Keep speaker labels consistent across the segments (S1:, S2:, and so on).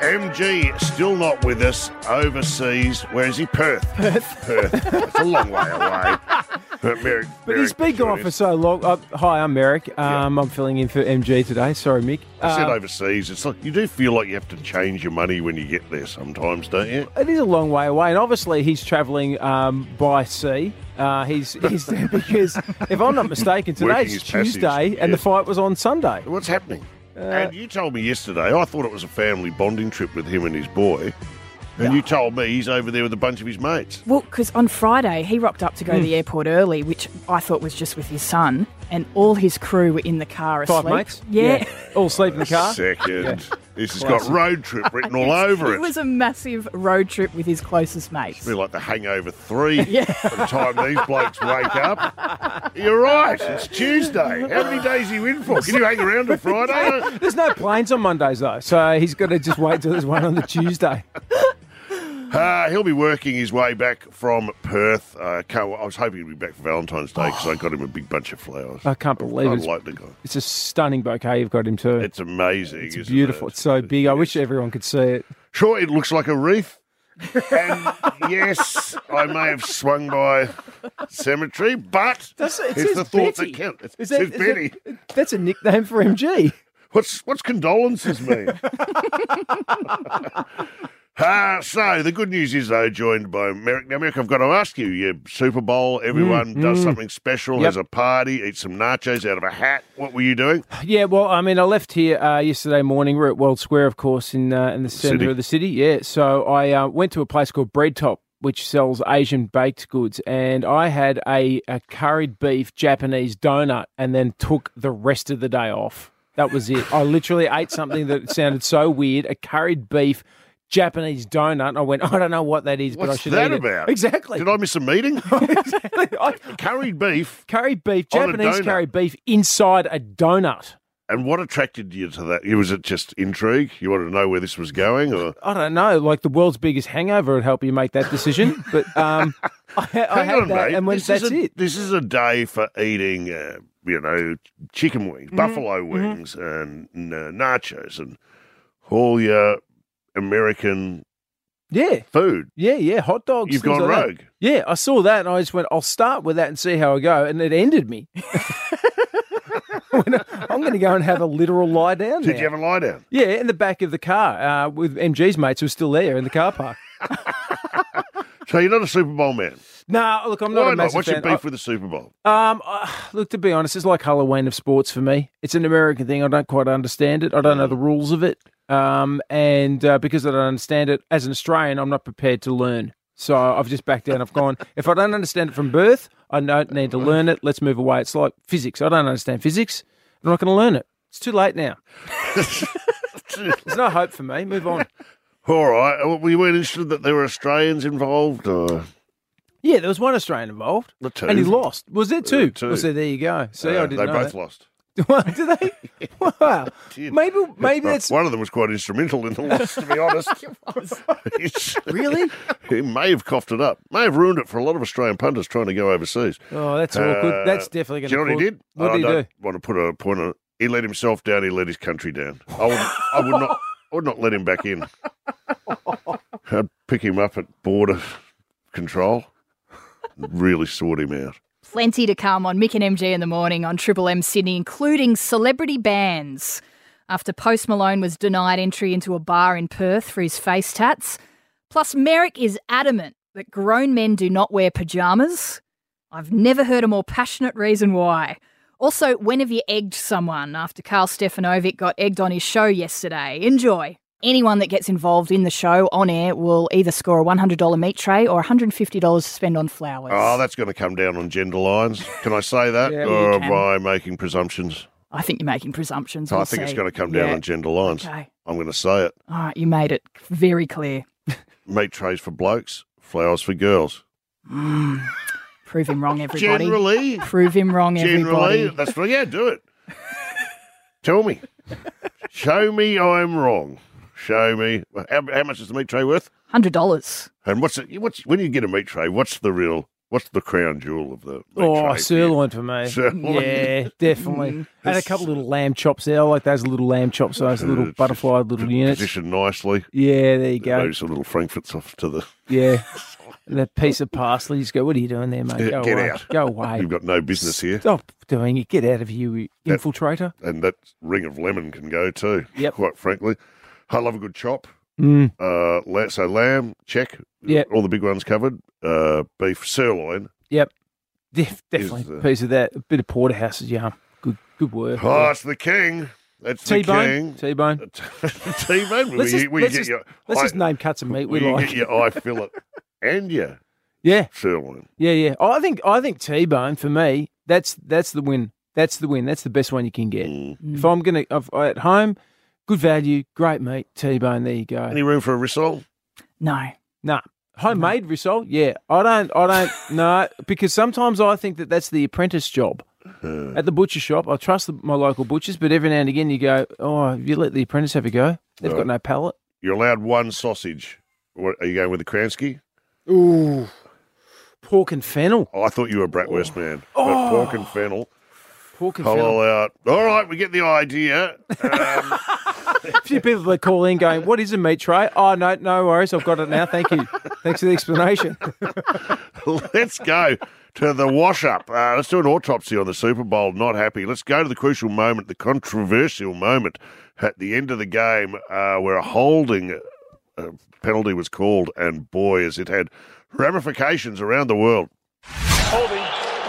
S1: MG still not with us overseas. Where is he? Perth. Perth. Perth. It's a long way away. But, Merrick,
S2: But he's been gone for so long. Uh, hi, I'm Merrick. Um, I'm filling in for MG today. Sorry, Mick.
S1: I said
S2: Uh,
S1: overseas. It's like you do feel like you have to change your money when you get there sometimes, don't you?
S2: Uh, it is a long way away, and obviously he's travelling um, by sea. Uh, he's he's there because if I'm not mistaken,
S1: Working
S2: today's
S1: his
S2: Tuesday,
S1: passage,
S2: and
S1: yeah.
S2: the fight was on Sunday.
S1: What's happening?
S2: Uh,
S1: and you told me yesterday. I thought it was a family bonding trip with him and his boy. And you told me he's over there with a bunch of his mates.
S3: Well, because on Friday he rocked up to go to the airport early, which I thought was just with his son, and all his crew were in the car asleep.
S2: Five mates,
S3: Yeah.
S2: all sleep in the car.
S1: Second, this has
S2: Classic.
S1: got road trip written all over
S3: It
S1: it.
S3: was a massive road trip with his closest mates.
S1: Be like the Hangover Three. Yeah. By the time these blokes wake up, you're right. It's Tuesday. How many days are you in for? Can you hang around till Friday?
S2: There's no planes on Mondays though, so he's got to just wait till there's one on the Tuesday.
S1: Uh, he'll be working his way back from Perth. Uh, can't, I was hoping he'd be back for Valentine's Day because I got him a big bunch of flowers.
S2: I can't believe
S1: I
S2: it's,
S1: like the guy.
S2: it's a stunning bouquet you've got him too.
S1: It's amazing.
S2: It's
S1: isn't
S2: beautiful.
S1: it?
S2: It's so big. I wish everyone could see it.
S1: Sure, it looks like a wreath. and yes, I may have swung by cemetery, but
S2: That's- it
S1: it's,
S2: says
S1: the thought
S2: Betty.
S1: that counts. It's, it's
S2: Is that- is that-
S1: Betty.
S2: That's a nickname for MG.
S1: What's what's condolences mean? Ah, so the good news is though, joined by Merrick. Now, Merrick, I've got to ask you: your Super Bowl, everyone does something special,
S2: Yep.
S1: has a party, eats some nachos out of a hat. What were you doing?
S2: Yeah, well, I mean, I left here uh, yesterday morning. We're at World Square, of course, in uh, in the centre
S1: City.
S2: of the city. Yeah, so I uh, went to a place called Bread Top, which sells Asian baked goods, and I had a, a curried beef Japanese donut, and then took the rest of the day off. That was it. I literally ate something that sounded so weird, a curried beef. Japanese donut. And I went. I don't know what that is, but I
S1: What's
S2: should
S1: that
S2: eat it."
S1: about?
S2: Exactly.
S1: Did I miss a meeting?
S2: I,
S1: Curried beef,
S2: curried beef,
S1: On a
S2: Japanese
S1: donut.
S2: curried beef inside a donut.
S1: and what attracted you to that? Was it just intrigue? You wanted to know where this was going, or
S2: I don't know, like the world's biggest hangover would help you make that decision. But um, I, I
S1: Hang
S2: had
S1: on,
S2: that,
S1: mate.
S2: and when,
S1: This is
S2: that's
S1: a-
S2: it.
S1: This is a day for eating, uh, you know, chicken
S2: Mm-hmm.
S1: wings, buffalo wings, and uh, nachos, and all your American
S2: Yeah,
S1: food.
S2: yeah, yeah. Hot dogs.
S1: You've
S2: things
S1: gone
S2: like that.
S1: rogue.
S2: Yeah, I saw that, and I just went, I'll start with that and see how I go, and it ended me. When I- I'm going to go and have a literal lie down.
S1: Did
S2: now.
S1: you have a lie down?
S2: yeah, in the back of the car uh, with MG's mates who are still there in the car park.
S1: So you're not a Super Bowl man.
S2: Nah, look, I'm not
S1: Why
S2: a massive
S1: What's
S2: fan. Oh.
S1: your beef with the Super Bowl?
S2: Um, uh, look, to be honest, it's like Halloween of sports for me. It's an American thing. I don't quite understand it. I don't know the rules of it. Um, and uh, because I don't understand it, as an Australian, I'm not prepared to learn. So I've just backed down. I've gone. If I don't understand it from birth, I don't need to learn it. Let's move away. It's like physics. I don't understand physics. I'm not going to learn it. It's too late now. There's no hope for me. Move on.
S1: all right. Uh, We weren't interested that there were Australians involved. Or...
S2: Yeah, there was one Australian involved,
S1: The two.
S2: and he lost. Was there two?
S1: two.
S2: Well, so there you go. See,
S1: Uh,
S2: I didn't
S1: they
S2: know
S1: both
S2: that.
S1: lost.
S2: What, do they? Wow. Maybe maybe
S1: Uh,
S2: that's
S1: One of them was quite instrumental in the loss, to be honest. It's-
S2: really.
S1: He may have coughed it up, may have ruined it for a lot of Australian pundits trying to go overseas.
S2: Oh, that's
S1: Uh,
S2: awkward. That's definitely
S1: Do
S2: going to.
S1: you know what he did? Oh,
S2: What
S1: I
S2: did he
S1: don't
S2: do?
S1: want to put a point on. it. He let himself down. He let his country down. I would, I would not. I would not let him back in. I'd pick him up at border control. and Really sort him out.
S3: Plenty to come on Mick and MG in the morning on Triple M Sydney, including celebrity bans. After Post Malone was denied entry into a bar in Perth for his face tats. Plus, Merrick is adamant that grown men do not wear pajamas. I've never heard a more passionate reason why. Also, when have you egged someone after Carl Stefanovic got egged on his show yesterday? Enjoy. Anyone that gets involved in the show on air will either score a $100 meat tray or $150 to spend on flowers.
S1: Oh, that's going to come down on gender lines. Can I say that?
S2: Yeah,
S1: or
S3: you
S1: am I making presumptions?
S3: I think you're making presumptions.
S1: Oh, I
S3: We'll
S1: think it's
S3: see.
S1: going to come down
S3: Yeah.
S1: on gender lines.
S3: Okay.
S1: I'm going to say it.
S3: All right, you made it very clear.
S1: Meat trays for blokes, flowers for girls.
S3: Prove him wrong, everybody.
S1: Generally,
S3: Prove him wrong,
S1: Generally,
S3: everybody.
S1: that's right. Yeah, do it. Tell me. Show me I'm wrong. Show me. How, how much is the meat tray worth?
S3: Hundred dollars.
S1: And what's it? What's when you get a meat tray? What's the real What's the crown jewel of the? meat
S2: Oh,
S1: trade?
S2: sirloin for me.
S1: Sirloin. Mm.
S2: Yeah, definitely. And a
S1: That's-
S2: couple little lamb chops there. I like those little lamb chops, those little
S1: It's
S2: butterfly little units.
S1: Positioned nicely.
S2: Yeah, there you go.
S1: Those little frankfurts off to the.
S2: Yeah. And that piece of parsley, you just go, what are you doing there, mate?
S1: Yeah,
S2: Go
S1: get
S2: away.
S1: out.
S2: Go away.
S1: You've got no business here,
S2: Stop doing it. Get out of here, you infiltrator.
S1: and that ring of lemon can go too.
S2: Yep.
S1: Quite frankly, I love a good chop.
S2: Mm.
S1: Uh, la- so lamb, check.
S2: Yep.
S1: All the big ones covered. Uh, beef sirloin.
S2: Def- definitely
S1: uh,
S2: a piece of that. A bit of porterhouse is yum. Good good work.
S1: Oh, it's the king. That's
S2: T
S1: the
S2: Bone.
S1: king.
S2: T Bone.
S1: T-bone. Will
S2: Let's
S1: you,
S2: just-
S1: will you
S2: let's
S1: get
S2: just-
S1: your?
S2: Let's
S1: I-
S2: just name cuts of meat we
S1: will you
S2: like.
S1: get your eye fillet and your
S2: Yeah,
S1: sirloin.
S2: yeah, yeah. Oh, I think I think T Bone for me, that's that's the win. That's the win. That's the best one you can get.
S1: Mm.
S2: If I'm gonna if I- at home, good value, great meat, T Bone, there you go.
S1: Any room for a risol?
S3: No.
S2: Nah. Homemade risol? Yeah. I don't, I don't, no, because sometimes I think that that's the apprentice job.
S1: Uh,
S2: At the butcher shop, I trust the, my local butchers, but every now and again you go, oh, have you let the apprentice have a go? They've got
S1: Right.
S2: no palate.
S1: You're allowed one sausage. What, are you going with the Kransky?
S2: Ooh. Pork and fennel.
S1: Oh, I thought you were a bratwurst man.
S2: Oh.
S1: But pork and fennel.
S2: Pork and fennel.
S1: Hello out. All right, we get the idea. Um,
S2: A few people that call in going, what is a meat tray? Oh, no, no worries. I've got it now. Thank you. Thanks for the explanation.
S1: let's go to the wash up. Uh, let's do an autopsy on the Super Bowl. Not happy. Let's go to the crucial moment, the controversial moment at the end of the game uh, where a holding uh, penalty was called, and boy, has it had ramifications around the world.
S4: holding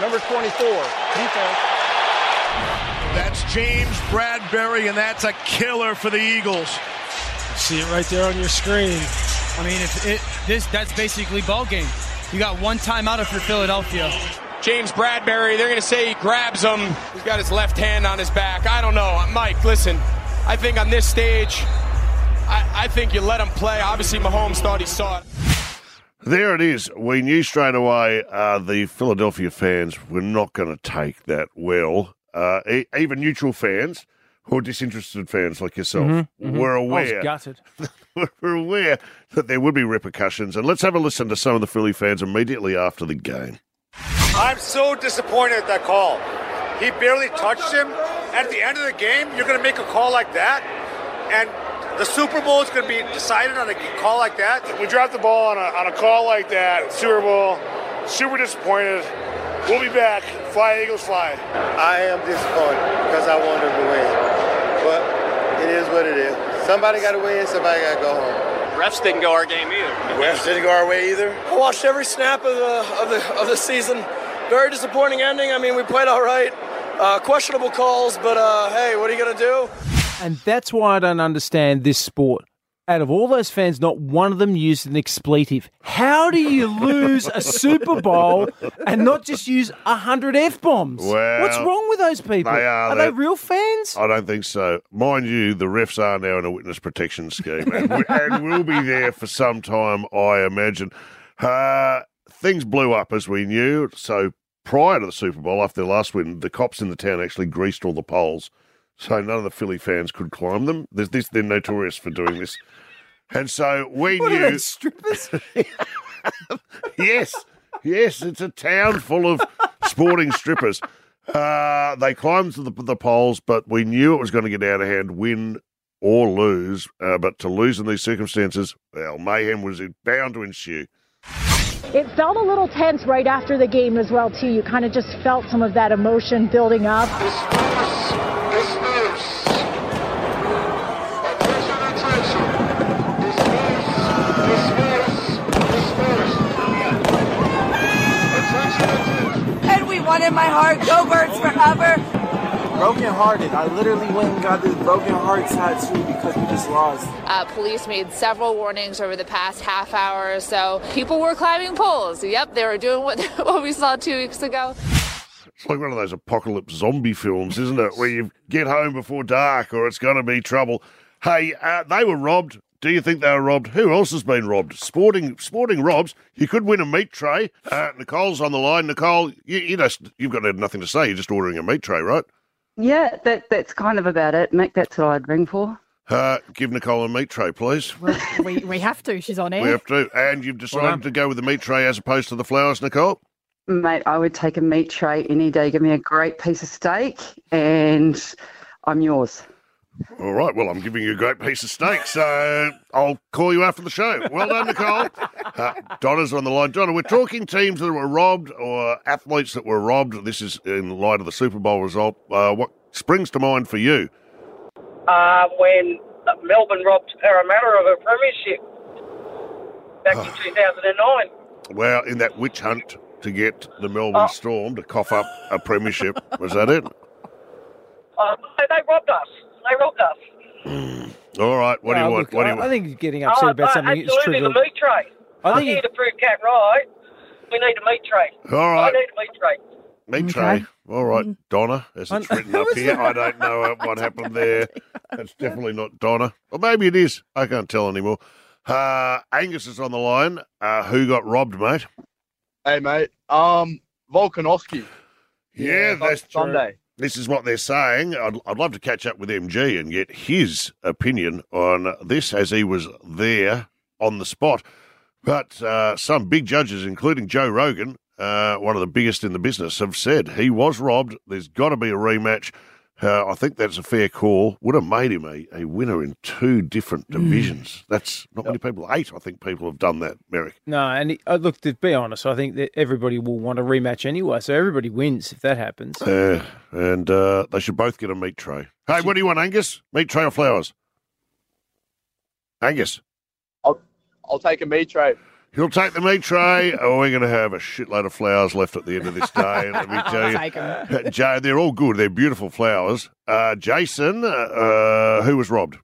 S4: number 24 defense
S5: That's James Bradbury, and that's a killer for the Eagles.
S6: See it right there on your screen.
S7: I mean, if it this that's basically ball game. You got one timeout if you're Philadelphia.
S8: James Bradbury, they're going to say he grabs him. He's got his left hand on his back. I don't know. Mike, listen, I think on this stage, I, I think you let him play. Obviously, Mahomes thought he saw it.
S1: There it is. We knew straight away uh, the Philadelphia fans were not going to take that well. Uh, e- even neutral fans or disinterested fans like yourself were
S2: Mm-hmm. I was
S1: aware.
S2: gutted.
S1: were aware that there would be repercussions. And let's have a listen to some of the Philly fans immediately after the game.
S4: i'm so disappointed at that call he barely touched him at the end of the game you're going to make a call like that and the super bowl is going to be decided on a call like that we dropped the ball on a, on a call like that super bowl super disappointed we'll be back fly eagles fly
S9: I am disappointed because I wanted to win. But it is what it is. Somebody got to win, somebody got to go home.
S8: Refs didn't go our game either.
S9: West didn't go our way either.
S10: I watched every snap of the of the of the season. Very disappointing ending. I mean, we played all right. Uh, questionable calls, but uh, hey, what are you gonna do?
S2: And that's why I don't understand this sport. Out of all those fans, not one of them used an expletive. How do you lose a Super Bowl and not just use a hundred f bombs?
S1: Well,
S2: What's wrong with those people?
S1: they are
S2: they
S1: that-
S2: real fans?
S1: I don't think so. Mind you, the refs are now in a witness protection scheme and, w- and will be there for some time, I imagine. Uh, things blew up as we knew. So prior to the Super Bowl, after their last win, the cops in the town actually greased all the poles. So none of the Philly fans could climb them. There's this, they're notorious for doing this. And so we
S2: What
S1: knew.
S2: are they strippers?
S1: yes, yes, it's a town full of sporting strippers. Uh, they climbed to the, the polls, but we knew it was going to get out of hand, win or lose. Uh, but to lose in these circumstances, well, mayhem was bound to ensue.
S11: It felt a little tense right after the game as well, too. You kind of just felt some of that emotion building up.
S10: And we won in my heart. Go birds forever.
S6: Brokenhearted. I literally went and got this broken heart tattoo because we just lost.
S11: Uh, police made several warnings over the past half hour or so. People were climbing poles. Yep, they were doing what, what we saw two weeks ago.
S1: It's like one of those apocalypse zombie films, isn't it? Where you get home before dark or it's going to be trouble. Hey, uh, they were robbed. Do you think they were robbed? Who else has been robbed? Sporting, sporting robs. You could win a meat tray. Uh, Nicole's on the line. Nicole, you, you just you've got nothing to say. You're just ordering a meat tray, right?
S11: Yeah, that that's kind of about it, Mick. That's what I'd ring for.
S1: Uh, give Nicole a meat tray, please.
S3: we, we have to. She's on
S1: We
S3: air.
S1: have to. And you've decided
S2: Well done.
S1: to go with the meat tray as opposed to the flowers, Nicole.
S12: Mate, I would take a meat tray any day. Give me a great piece of steak, and I'm yours.
S1: All right. Well, I'm giving you a great piece of steak, so I'll call you after the show. Well done, Nicole. Uh, Donna's on the line. Donna, we're talking teams that were robbed or athletes that were robbed. This is in light of the Super Bowl result. Uh, what springs to mind for you?
S13: uh, when Melbourne robbed Parramatta of a premiership back in 2009.
S1: Well, in that witch hunt to get the Melbourne Storm to cough up a premiership. Was that it?
S13: Uh, they they robbed us. They robbed us.
S1: All right. What do you
S2: Well,
S1: want?
S2: Oh, look,
S1: what do you
S2: I-
S1: want?
S2: I think you're getting upset
S13: Oh,
S2: about
S13: no,
S2: something that's
S13: Absolutely,
S2: trivial.
S13: the meat tray.
S2: I
S13: I
S2: think
S13: think to prove Cat right. We need a meat tray.
S1: All right.
S13: I need a meat tray.
S1: Meat tray. All right, Donna, as it's written up here. Mm. I don't know uh, what happened there. It's definitely not Donna. Or maybe it is. I can't tell anymore. Uh, Angus is on the line. Uh, who got robbed, mate?
S14: Hey, mate. Um, Volkanovski.
S1: Yeah, that's true.
S14: Sunday.
S1: This is what they're saying. I'd, I'd love to catch up with MG and get his opinion on this as he was there on the spot. But uh, some big judges, including Joe Rogan, uh, one of the biggest in the business, have said he was robbed. There's got to be a rematch. Uh, I think that's a fair call. Would have made him a, a winner in two different divisions. That's not many people. Eight, I think, people have done that, Merrick.
S2: No, and it- uh, look, to be honest, I think that everybody will want a rematch anyway, so everybody wins if that happens.
S1: Uh, and uh, they should both get a meat tray. Hey, what do you want, Angus? Meat tray or flowers? Angus,
S14: I'll take a meat tray.
S1: you'll take the meat tray, or we're going to have a shitload of flowers left at the end of this day. Let me tell you.
S14: take 'em.
S1: Uh, Joe, they're all good. They're beautiful flowers. Uh, Jason, uh, uh, who was robbed?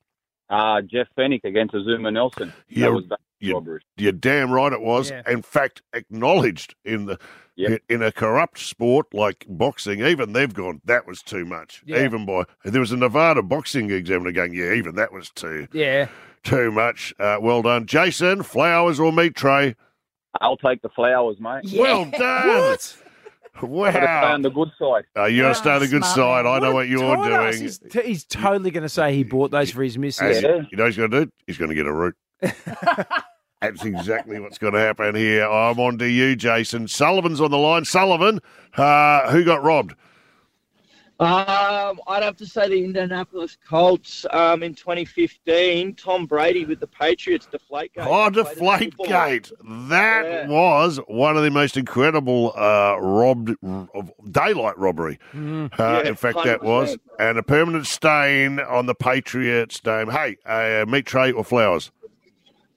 S15: Uh, Jeff Fennick against Azuma Nelson.
S1: Yeah,
S15: that was back robbery.
S1: You're damn right it was.
S15: Yeah.
S1: In fact, acknowledged in the in a corrupt sport like boxing, even they've gone, that was too much.
S2: Yeah.
S1: Even by there was a Nevada boxing examiner going, Yeah, even that was too
S2: Yeah.
S1: too much. Uh, well done. Jason, flowers or meat tray?
S15: I'll take the flowers, mate.
S1: Well done.
S15: I've
S1: What?
S15: got to stay
S1: Wow.
S15: on the good side.
S1: Uh, you got to stay on the good
S15: smart
S1: side. I know what you're
S2: Told us,
S1: doing.
S2: He's, t- he's totally going to say he bought those for his missus.
S1: And You know what he's going to do? He's going to get a root. That's exactly what's going to happen here. I'm on to you, Jason. Sullivan's on the line. Sullivan, uh, who got robbed?
S16: Um, I'd have to say the Indianapolis Colts um, in 2015, Tom Brady with the Patriots, Deflategate.
S1: Oh, Deflategate. That was one of the most incredible uh, robbed of daylight robbery.
S2: Mm.
S1: Uh,
S14: Yeah,
S1: in fact, that was.
S14: 100%.
S1: And a permanent stain on the Patriots' name. Hey, uh, meat tray or flowers?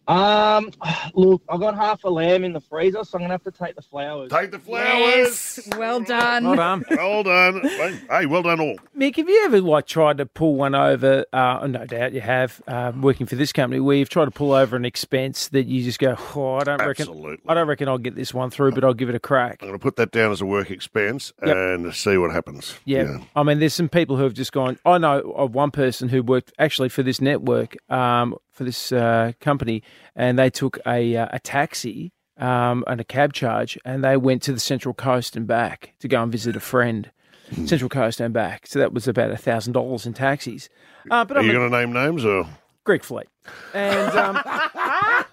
S16: Um, look, I've got half a lamb in the freezer, so I'm gonna have to take the flowers.
S1: Take the
S3: Yes, well done.
S2: Well done.
S1: Well done. Hey, well done all.
S2: Mick, have you ever like tried to pull one over? Uh, no doubt you have. Uh, working for this company, where you've tried to pull over an expense that you just go, oh, I don't reckon,
S1: Absolutely.
S2: I don't reckon I'll get this one through, but I'll give it a crack.
S1: I'm going to put that down as a work expense
S2: Yep.
S1: and see what happens.
S2: Yeah.
S1: Yeah.
S2: I mean, there's some people who have just gone. I know of one person who worked actually for this network, um, for this uh, company, and they took a uh, a taxi um, and a cab charge, and they went to the Central Coast and back to go and visit a friend.
S1: Hmm.
S2: Central Coast and back, so that was about a thousand dollars in taxis. Uh, but
S1: Are
S2: I'm
S1: you
S2: a-
S1: going to name names or?
S2: Greg Fleet. And um, I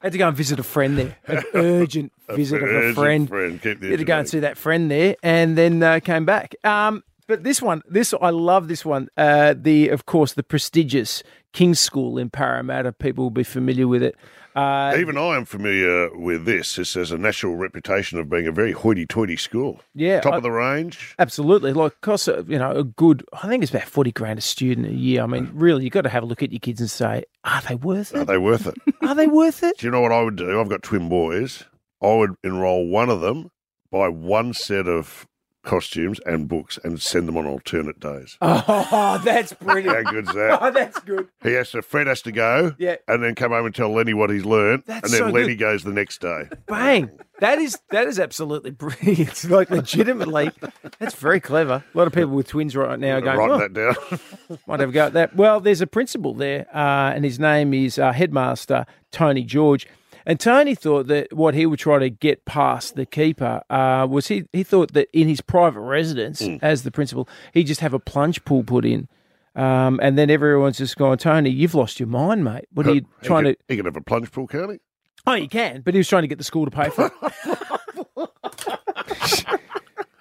S2: had to go and visit a friend there, an urgent visit of a
S1: urgent
S2: friend.
S1: friend. Keep the
S2: had to go and
S1: urgent
S2: see that friend there, and then uh, came back. Um, but this one, this I love this one. Uh, the of course the prestigious King's School in Parramatta. People will be familiar with it. Uh,
S1: Even I am familiar with this. This has a national reputation of being a very hoity-toity school.
S2: Yeah,
S1: top
S2: I-
S1: of the range.
S2: Absolutely, like costs uh, you know a good. I think it's about forty grand a student a year. I mean, really, you have got to have a look at your kids and say, are they worth
S1: Are
S2: it?
S1: they worth it?
S2: Are they worth it?
S1: do you know what I would do? I've got twin boys. I would enroll one of them, buy one set of costumes and books, and send them on alternate days.
S2: Oh, that's brilliant.
S1: How good's that?
S2: Oh, that's good.
S1: He has to. Fred has to go,
S2: Yeah.
S1: and then come home and tell Lenny what he's learned,
S2: That's
S1: and then
S2: so
S1: Lenny goes the next day.
S2: Bang! That is that is absolutely brilliant. It's like legitimately, that's very clever. A lot of people with twins right now are going.
S1: Write
S2: "Oh,
S1: that down.
S2: Might have a go at that. Well, there's a principal there, uh, and his name is uh, Headmaster Tony George. And Tony thought that what he would try to get past the keeper uh, was he, he thought that in his private residence as the principal, he'd just have a plunge pool put in. Um, and then everyone's just gone, Tony, you've lost your mind, mate. What are you
S1: He
S2: trying
S1: could-
S2: to.
S1: He could have a plunge pool, can't he?
S2: Oh, you can, but he was trying to get the school to pay for it.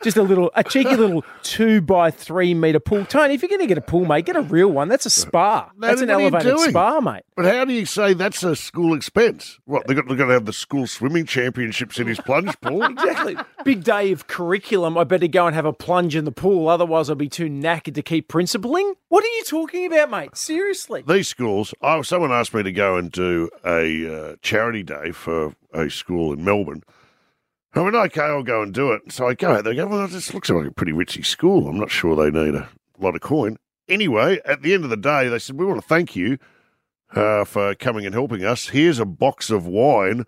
S2: Just a little, a cheeky little two by three meter pool. Tony, if you're going to get a pool, mate, get a real one. That's a spa. That's an
S1: what are you
S2: elevated
S1: doing?
S2: spa, mate.
S1: But how do you say that's a school expense? What they've got, they've got to have the school swimming championships in his plunge pool.
S2: exactly. Big day of curriculum. I better go and have a plunge in the pool. Otherwise, I'll be too knackered to keep principling. What are you talking about, mate? Seriously.
S1: These schools. I, someone asked me to go and do a uh, charity day for a school in Melbourne. I went, okay, I'll go and do it. So I go out there. I go, well, this looks like a pretty ritzy school. I'm not sure they need a lot of coin. Anyway, at the end of the day, they said, we want to thank you uh, for coming and helping us. Here's a box of wine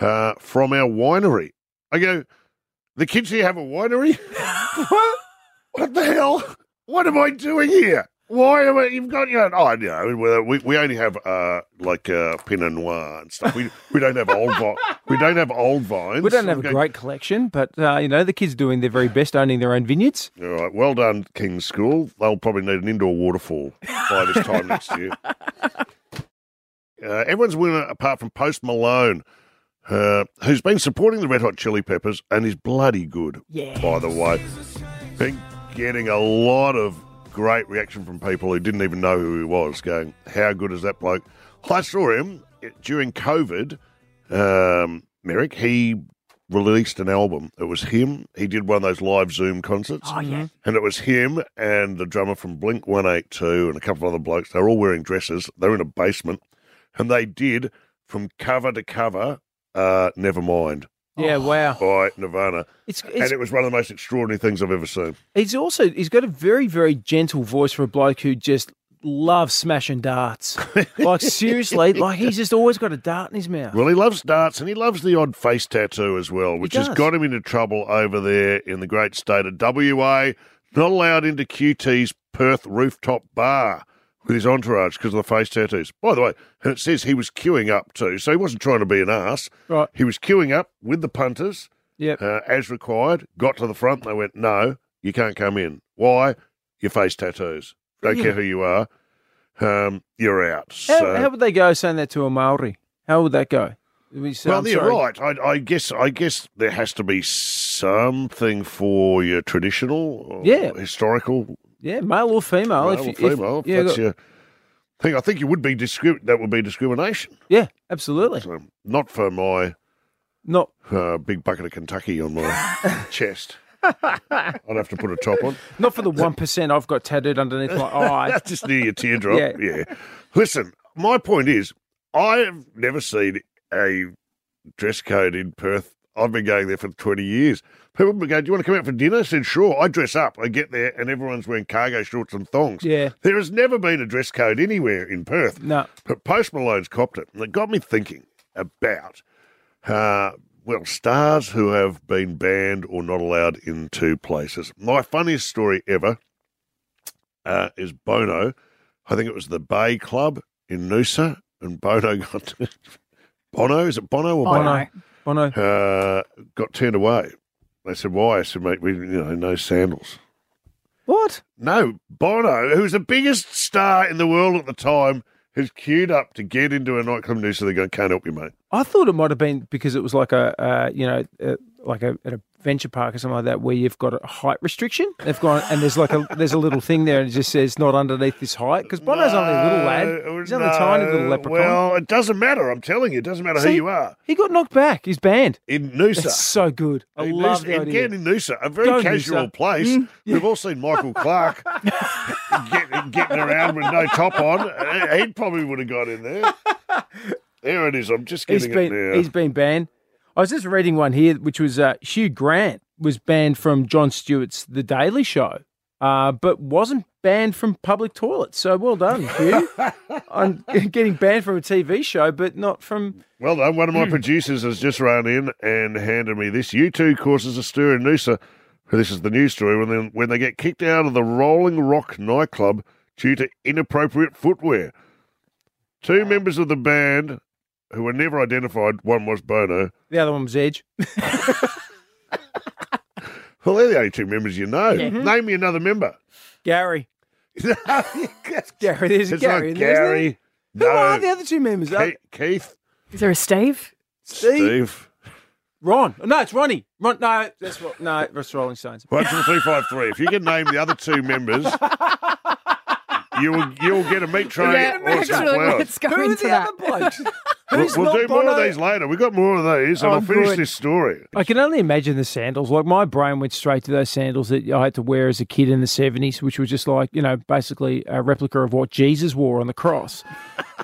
S1: uh, from our winery. I go, the kids here have a winery? what? What the hell? What am I doing here? Why am I? You've got your. Oh, no. we- We, we only have uh, like uh, Pinot Noir and stuff. We we don't have old vi- we don't have old vines.
S2: We don't have
S1: Okay.
S2: a great collection, but uh, you know the kids doing their very best, owning their own vineyards.
S1: All right, well done, King's School. They'll probably need an indoor waterfall by this time next year. Uh, everyone's a winner apart from Post Malone, uh, who's been supporting the Red Hot Chili Peppers and is bloody good,
S17: Yes.
S1: by the way. Been getting a lot of great reaction from people who didn't even know who he was, going, How good is that bloke? I saw him during COVID, um, Merrick. He released an album. It was him. He did one of those live Zoom concerts.
S17: Oh, yeah.
S1: And it was him and the drummer from Blink 182 and a couple of other blokes. They're all wearing dresses. They're in a basement. And they did from cover to cover, uh, Nevermind.
S2: Yeah, wow.
S1: By Nirvana.
S2: It's-
S1: Oh. and
S2: it's-
S1: it was one of the most extraordinary things I've ever seen.
S2: He's also he's got a very very gentle voice for a bloke who just loves smashing darts. like seriously, like he's just always got a dart in his mouth.
S1: Well, he loves darts and he loves the odd face tattoo as well, which has
S2: does.
S1: got him into trouble over there in the great state of WA. Not allowed into QT's Perth rooftop bar with his entourage because of the face tattoos. By the way, and it says he was queuing up too, so he wasn't trying to be an ass.
S2: Right.
S1: He was queuing up with the punters
S2: yep.
S1: uh, as required, got to the front, and they went, No, you can't come in. Why? Your face tattoos. Don't care
S2: Brilliant.
S1: who you are. Um, you're out.
S2: How,
S1: so.
S2: how would they go saying that to a Maori? How would that go? We say,
S1: well,
S2: "I'm
S1: you're
S2: sorry."
S1: right. I, I guess I guess there has to be something for your traditional, or
S2: Yeah.
S1: historical,
S2: Yeah, male or female.
S1: male
S2: if
S1: or
S2: you- if-
S1: female. if
S2: yeah,
S1: that's
S2: go-
S1: your thing. I think you would be discri- that would be discrimination.
S2: Yeah, absolutely.
S1: So, not for my
S2: not
S1: uh, big bucket of Kentucky on my chest. I'd have to put a top on.
S2: Not for the one percent I've got tattooed underneath my eye.
S1: That's just near your teardrop.
S2: Yeah.
S1: yeah. Listen, my point is, I've never seen a dress code in Perth. I've been going there for 20 years. People would go, Do you want to come out for dinner? I said, Sure. I dress up. I get there and everyone's wearing cargo shorts and thongs.
S2: Yeah.
S1: There has never been a dress code anywhere in Perth.
S2: No.
S1: But Post Malone's copped it. And it got me thinking about, uh, well, stars who have been banned or not allowed in two places. My funniest story ever uh, is Bono. I think it was the Bay Club in Noosa, and Bono got Bono. Is it Bono or Bono?
S2: Bono. Bono.
S1: Uh, got turned away. They said, "Why?" I said, "Mate, we, you know, no sandals."
S2: What?
S1: No, Bono, who was the biggest star in the world at the time, has queued up to get into a nightclub in Noosa. They're going, "Can't help you, mate."
S2: I thought it might have been because it was like a, uh, you know, uh, like a, at a venture park or something like that, where you've got a height restriction. They've gone and there's like a there's a little thing there, and it just says not underneath this height because Bono's only a little
S1: No,
S2: lad. He's only a tiny little
S1: no.
S2: leprechaun.
S1: Well, it doesn't matter. I'm telling you, it doesn't matter who
S2: See?
S1: you are.
S2: He got knocked back. He's banned
S1: in Noosa.
S2: That's so good. I
S1: In
S2: love
S1: Noosa-
S2: the idea.
S1: Again, in Noosa, a very
S2: Go,
S1: casual
S2: Noosa.
S1: place.
S2: Mm.
S1: We've all seen Michael Clark get, getting around with no top on. Uh, He probably would have got in there. There it is. I'm just
S2: He's
S1: getting
S2: been
S1: it there.
S2: he's been banned. I was just reading one here, which was uh, Hugh Grant was banned from John Stewart's The Daily Show, uh, but wasn't banned from public toilets. So well done, Hugh, on getting banned from a TV show, but not from.
S1: Well done. One of
S2: Hmm.
S1: my producers has just run in and handed me this. You two causes a stir in Noosa. This is the news story when they, when they get kicked out of the Rolling Rock nightclub due to inappropriate footwear. Two members of the band who were never identified, one was Bono.
S2: The other one was Edge.
S1: Well, they're the only two members you know.
S2: Yeah. Mhm.
S1: Name me another member.
S2: Gary. Gary, there's a
S1: It's not
S2: Gary. in there, isn't
S1: Gary.
S2: there?
S1: No.
S2: Who are the other two members? Uh,
S1: Ke- Keith.
S3: Is there a Steve?
S2: Steve.
S1: Steve.
S2: Ron. No, it's Ronnie. Ron, no, that's Ro- no, that's Rolling Stones.
S1: One, two, three, five, three. If you can name the other two members, you will you will get a meat tray
S2: Yeah,
S1: or some
S2: actually,
S1: flowers.
S2: let's go Who are into the that. other blokes?
S1: We'll,
S2: Who's
S1: we'll
S2: not
S1: do more of
S2: Bono?
S1: these later. We've got more of these, and
S2: Oh,
S1: I'll finish
S2: good.
S1: this story.
S2: I can only imagine the sandals. Like my brain went straight to those sandals that I had to wear as a kid in the seventies, which were just like you know basically a replica of what Jesus wore on the cross.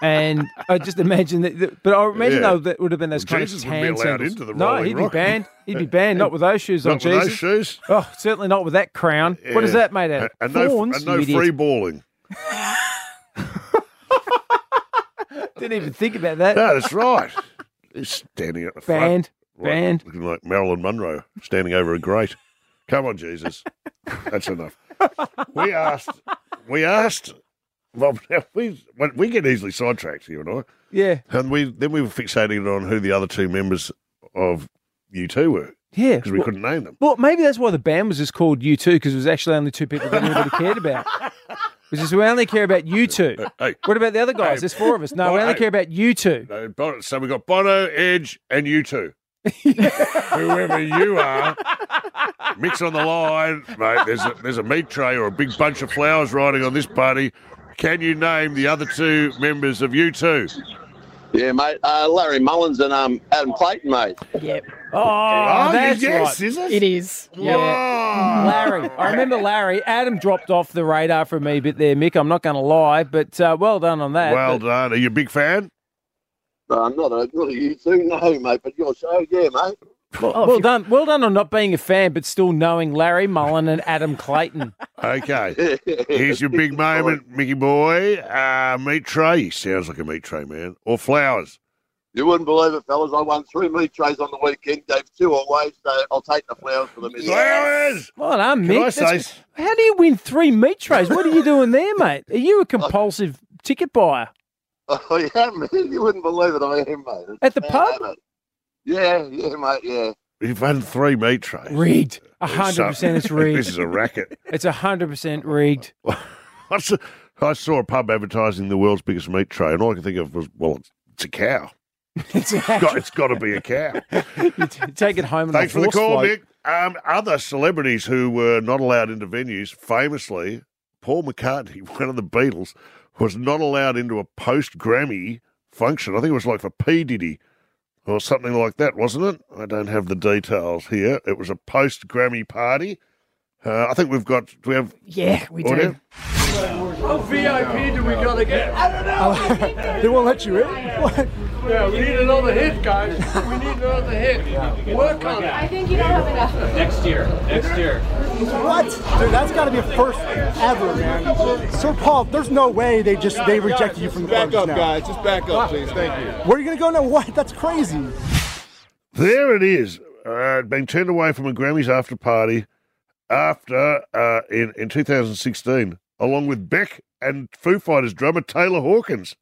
S2: And I just imagine that. that- But I imagine
S1: Yeah.
S2: though that would have been those
S1: Well,
S2: kind
S1: Jesus
S2: of
S1: wouldn't
S2: tan
S1: be allowed
S2: sandals.
S1: into the
S2: no,
S1: Rolling
S2: he'd
S1: Rock.
S2: be banned. He'd be banned. Not with those shoes on
S1: Not with
S2: Jesus.
S1: those shoes.
S2: Oh, certainly not with that crown. What is
S1: Yeah.
S2: that made out of?
S1: And no,
S2: Thorns,
S1: and no
S2: you idiot.
S1: free balling.
S2: Didn't even think about that.
S1: No, that's right. Standing at the
S2: Banned.
S1: front. like-
S2: Banned.
S1: Looking like Marilyn Monroe standing over a grate. Come on, Jesus. That's enough. We asked. We asked. Well, we we get easily sidetracked, you and I.
S2: Yeah.
S1: And we then we were fixated on who the other two members of U2 were.
S2: Yeah.
S1: Because we
S2: Well-
S1: couldn't name them.
S2: Well, maybe that's why the band was just called U2 because it was actually only two people that anybody cared about. Which is we only care about you two. what about the other guys? There's four of us. No, we
S1: Well,
S2: only
S1: hey.
S2: care about you two.
S1: No, Bono- So we got Bono, Edge, and U2. Whoever you are, mix on the line, mate. There's a, there's a meat tray or a big bunch of flowers riding on this party. Can you name the other two members of U2?
S17: Yeah, mate. Uh, Larry Mullins and um, Adam Clayton, mate.
S3: Yep.
S2: Oh, that's
S17: yes,
S2: right.
S17: is it?
S3: It is.
S2: Yeah. Larry. I remember Larry. Adam dropped off the radar for me a bit there, Mick. I'm not going to lie, but uh, well done on that.
S1: Well done. Are you a big fan?
S17: Uh, not a not a you two, no, mate. But your show, yeah, mate.
S2: Well, well done. Well done on not being a fan, but still knowing Larry Mullen and Adam Clayton.
S1: Okay. Here's your big moment, Mickey boy. Uh, meat tray. He sounds like a meat tray, man. Or flowers.
S17: You wouldn't believe it, fellas. I won three meat trays on the weekend, gave two away, so I'll take the flowers for the minute.
S1: Flowers!
S2: Well done,
S17: Can I
S2: Mick. That's-
S17: say-
S2: How do you win three meat trays? What are you doing there, mate? Are you a compulsive ticket buyer?
S17: Oh, yeah, man. You wouldn't believe it. I am, mate. It's
S2: At the
S17: mad,
S2: pub?
S17: ain't it? Yeah, yeah, mate, yeah.
S1: You've won three meat trays.
S2: Rigged. A hundred percent it's rigged.
S1: This is a racket.
S2: It's a hundred percent rigged.
S1: I saw, I saw a pub advertising the world's biggest meat tray, and all I could think of was, well, it's, it's a cow.
S2: It's
S1: got, it's got to be a cow.
S2: Take it home. on
S1: Thanks
S2: a
S1: for the
S2: horse
S1: call,
S2: float.
S1: Nick. Um, other celebrities who were not allowed into venues, famously, Paul McCartney, one of the Beatles, was not allowed into a post Grammy function. I think it was like for P. Diddy or something like that, wasn't it? I don't have the details here. It was a post Grammy party. Uh, I think we've got. Do we have.
S3: Yeah, we
S1: audio?
S3: do.
S18: How VIP do we gotta get? I don't know.
S2: they won't let you in.
S18: yeah, we need another hit, guys. We need another hit. Work on it. I think you don't have enough.
S19: Next year. Next year.
S20: What? Dude, that's got to be a first ever, man. Sir Paul, there's no way they just they rejected you from the
S14: Back up,
S20: now.
S14: guys. Just back up, please. Thank you.
S20: Where are you gonna go now? What? That's crazy.
S1: There it is. Uh, being turned away from a Grammys after party after uh, in in 2016, along with Beck and Foo Fighters drummer Taylor Hawkins.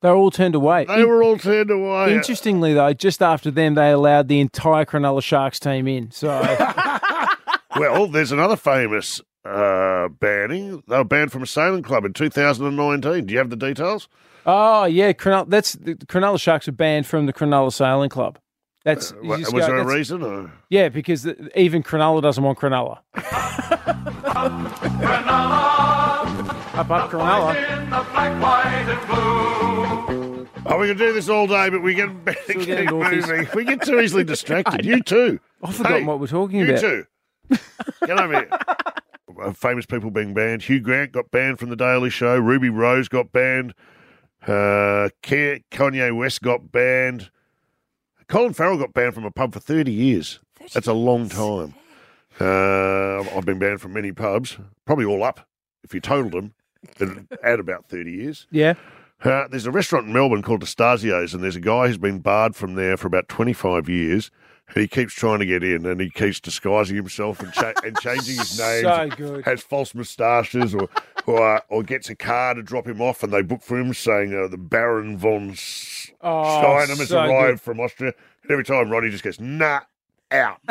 S2: They were all turned away.
S1: They were all turned away.
S2: Interestingly, though, just after them, they allowed the entire Cronulla Sharks team in. So
S1: Well, there's another famous uh, banning. They were banned from a sailing club in 2019. Do you have the details?
S2: Oh yeah, Cronulla, that's the Cronulla Sharks were banned from the Cronulla Sailing Club. That's you
S1: Uh, Wa-
S2: just
S1: Was
S2: go-
S1: there a
S2: that's-
S1: reason? Or?
S2: Yeah, because the, even Cronulla doesn't want Cronulla.
S18: Ah!
S2: up, up, Cronulla.
S1: Oh, we could do this all day, but we get keep
S2: getting naughties.
S1: moving. We get too easily distracted. You too.
S2: I've forgotten what we're talking
S1: you
S2: about.
S1: too. Get over here. Uh, Famous people being banned. Hugh Grant got banned from The Daily Show. Ruby Rose got banned. Uh, Ke- Kanye West got banned. Colin Farrell got banned from a pub for 30 years. That's a long time. Uh, I've been banned from many pubs, probably all up. If you totaled them, it'd add about 30 years.
S2: Yeah.
S1: Uh, there's a restaurant in Melbourne called Estasio's, and there's a guy who's been barred from there for about 25 years, and he keeps trying to get in, and he keeps disguising himself and, cha- and changing his name.
S2: So good.
S1: Has false moustaches, or or, uh, or gets a car to drop him off, and they book for him saying uh, the Baron von S-
S2: Oh,
S1: Steinem has
S2: so
S1: arrived
S2: good.
S1: from Austria. And every time Ronnie just goes, nah, out.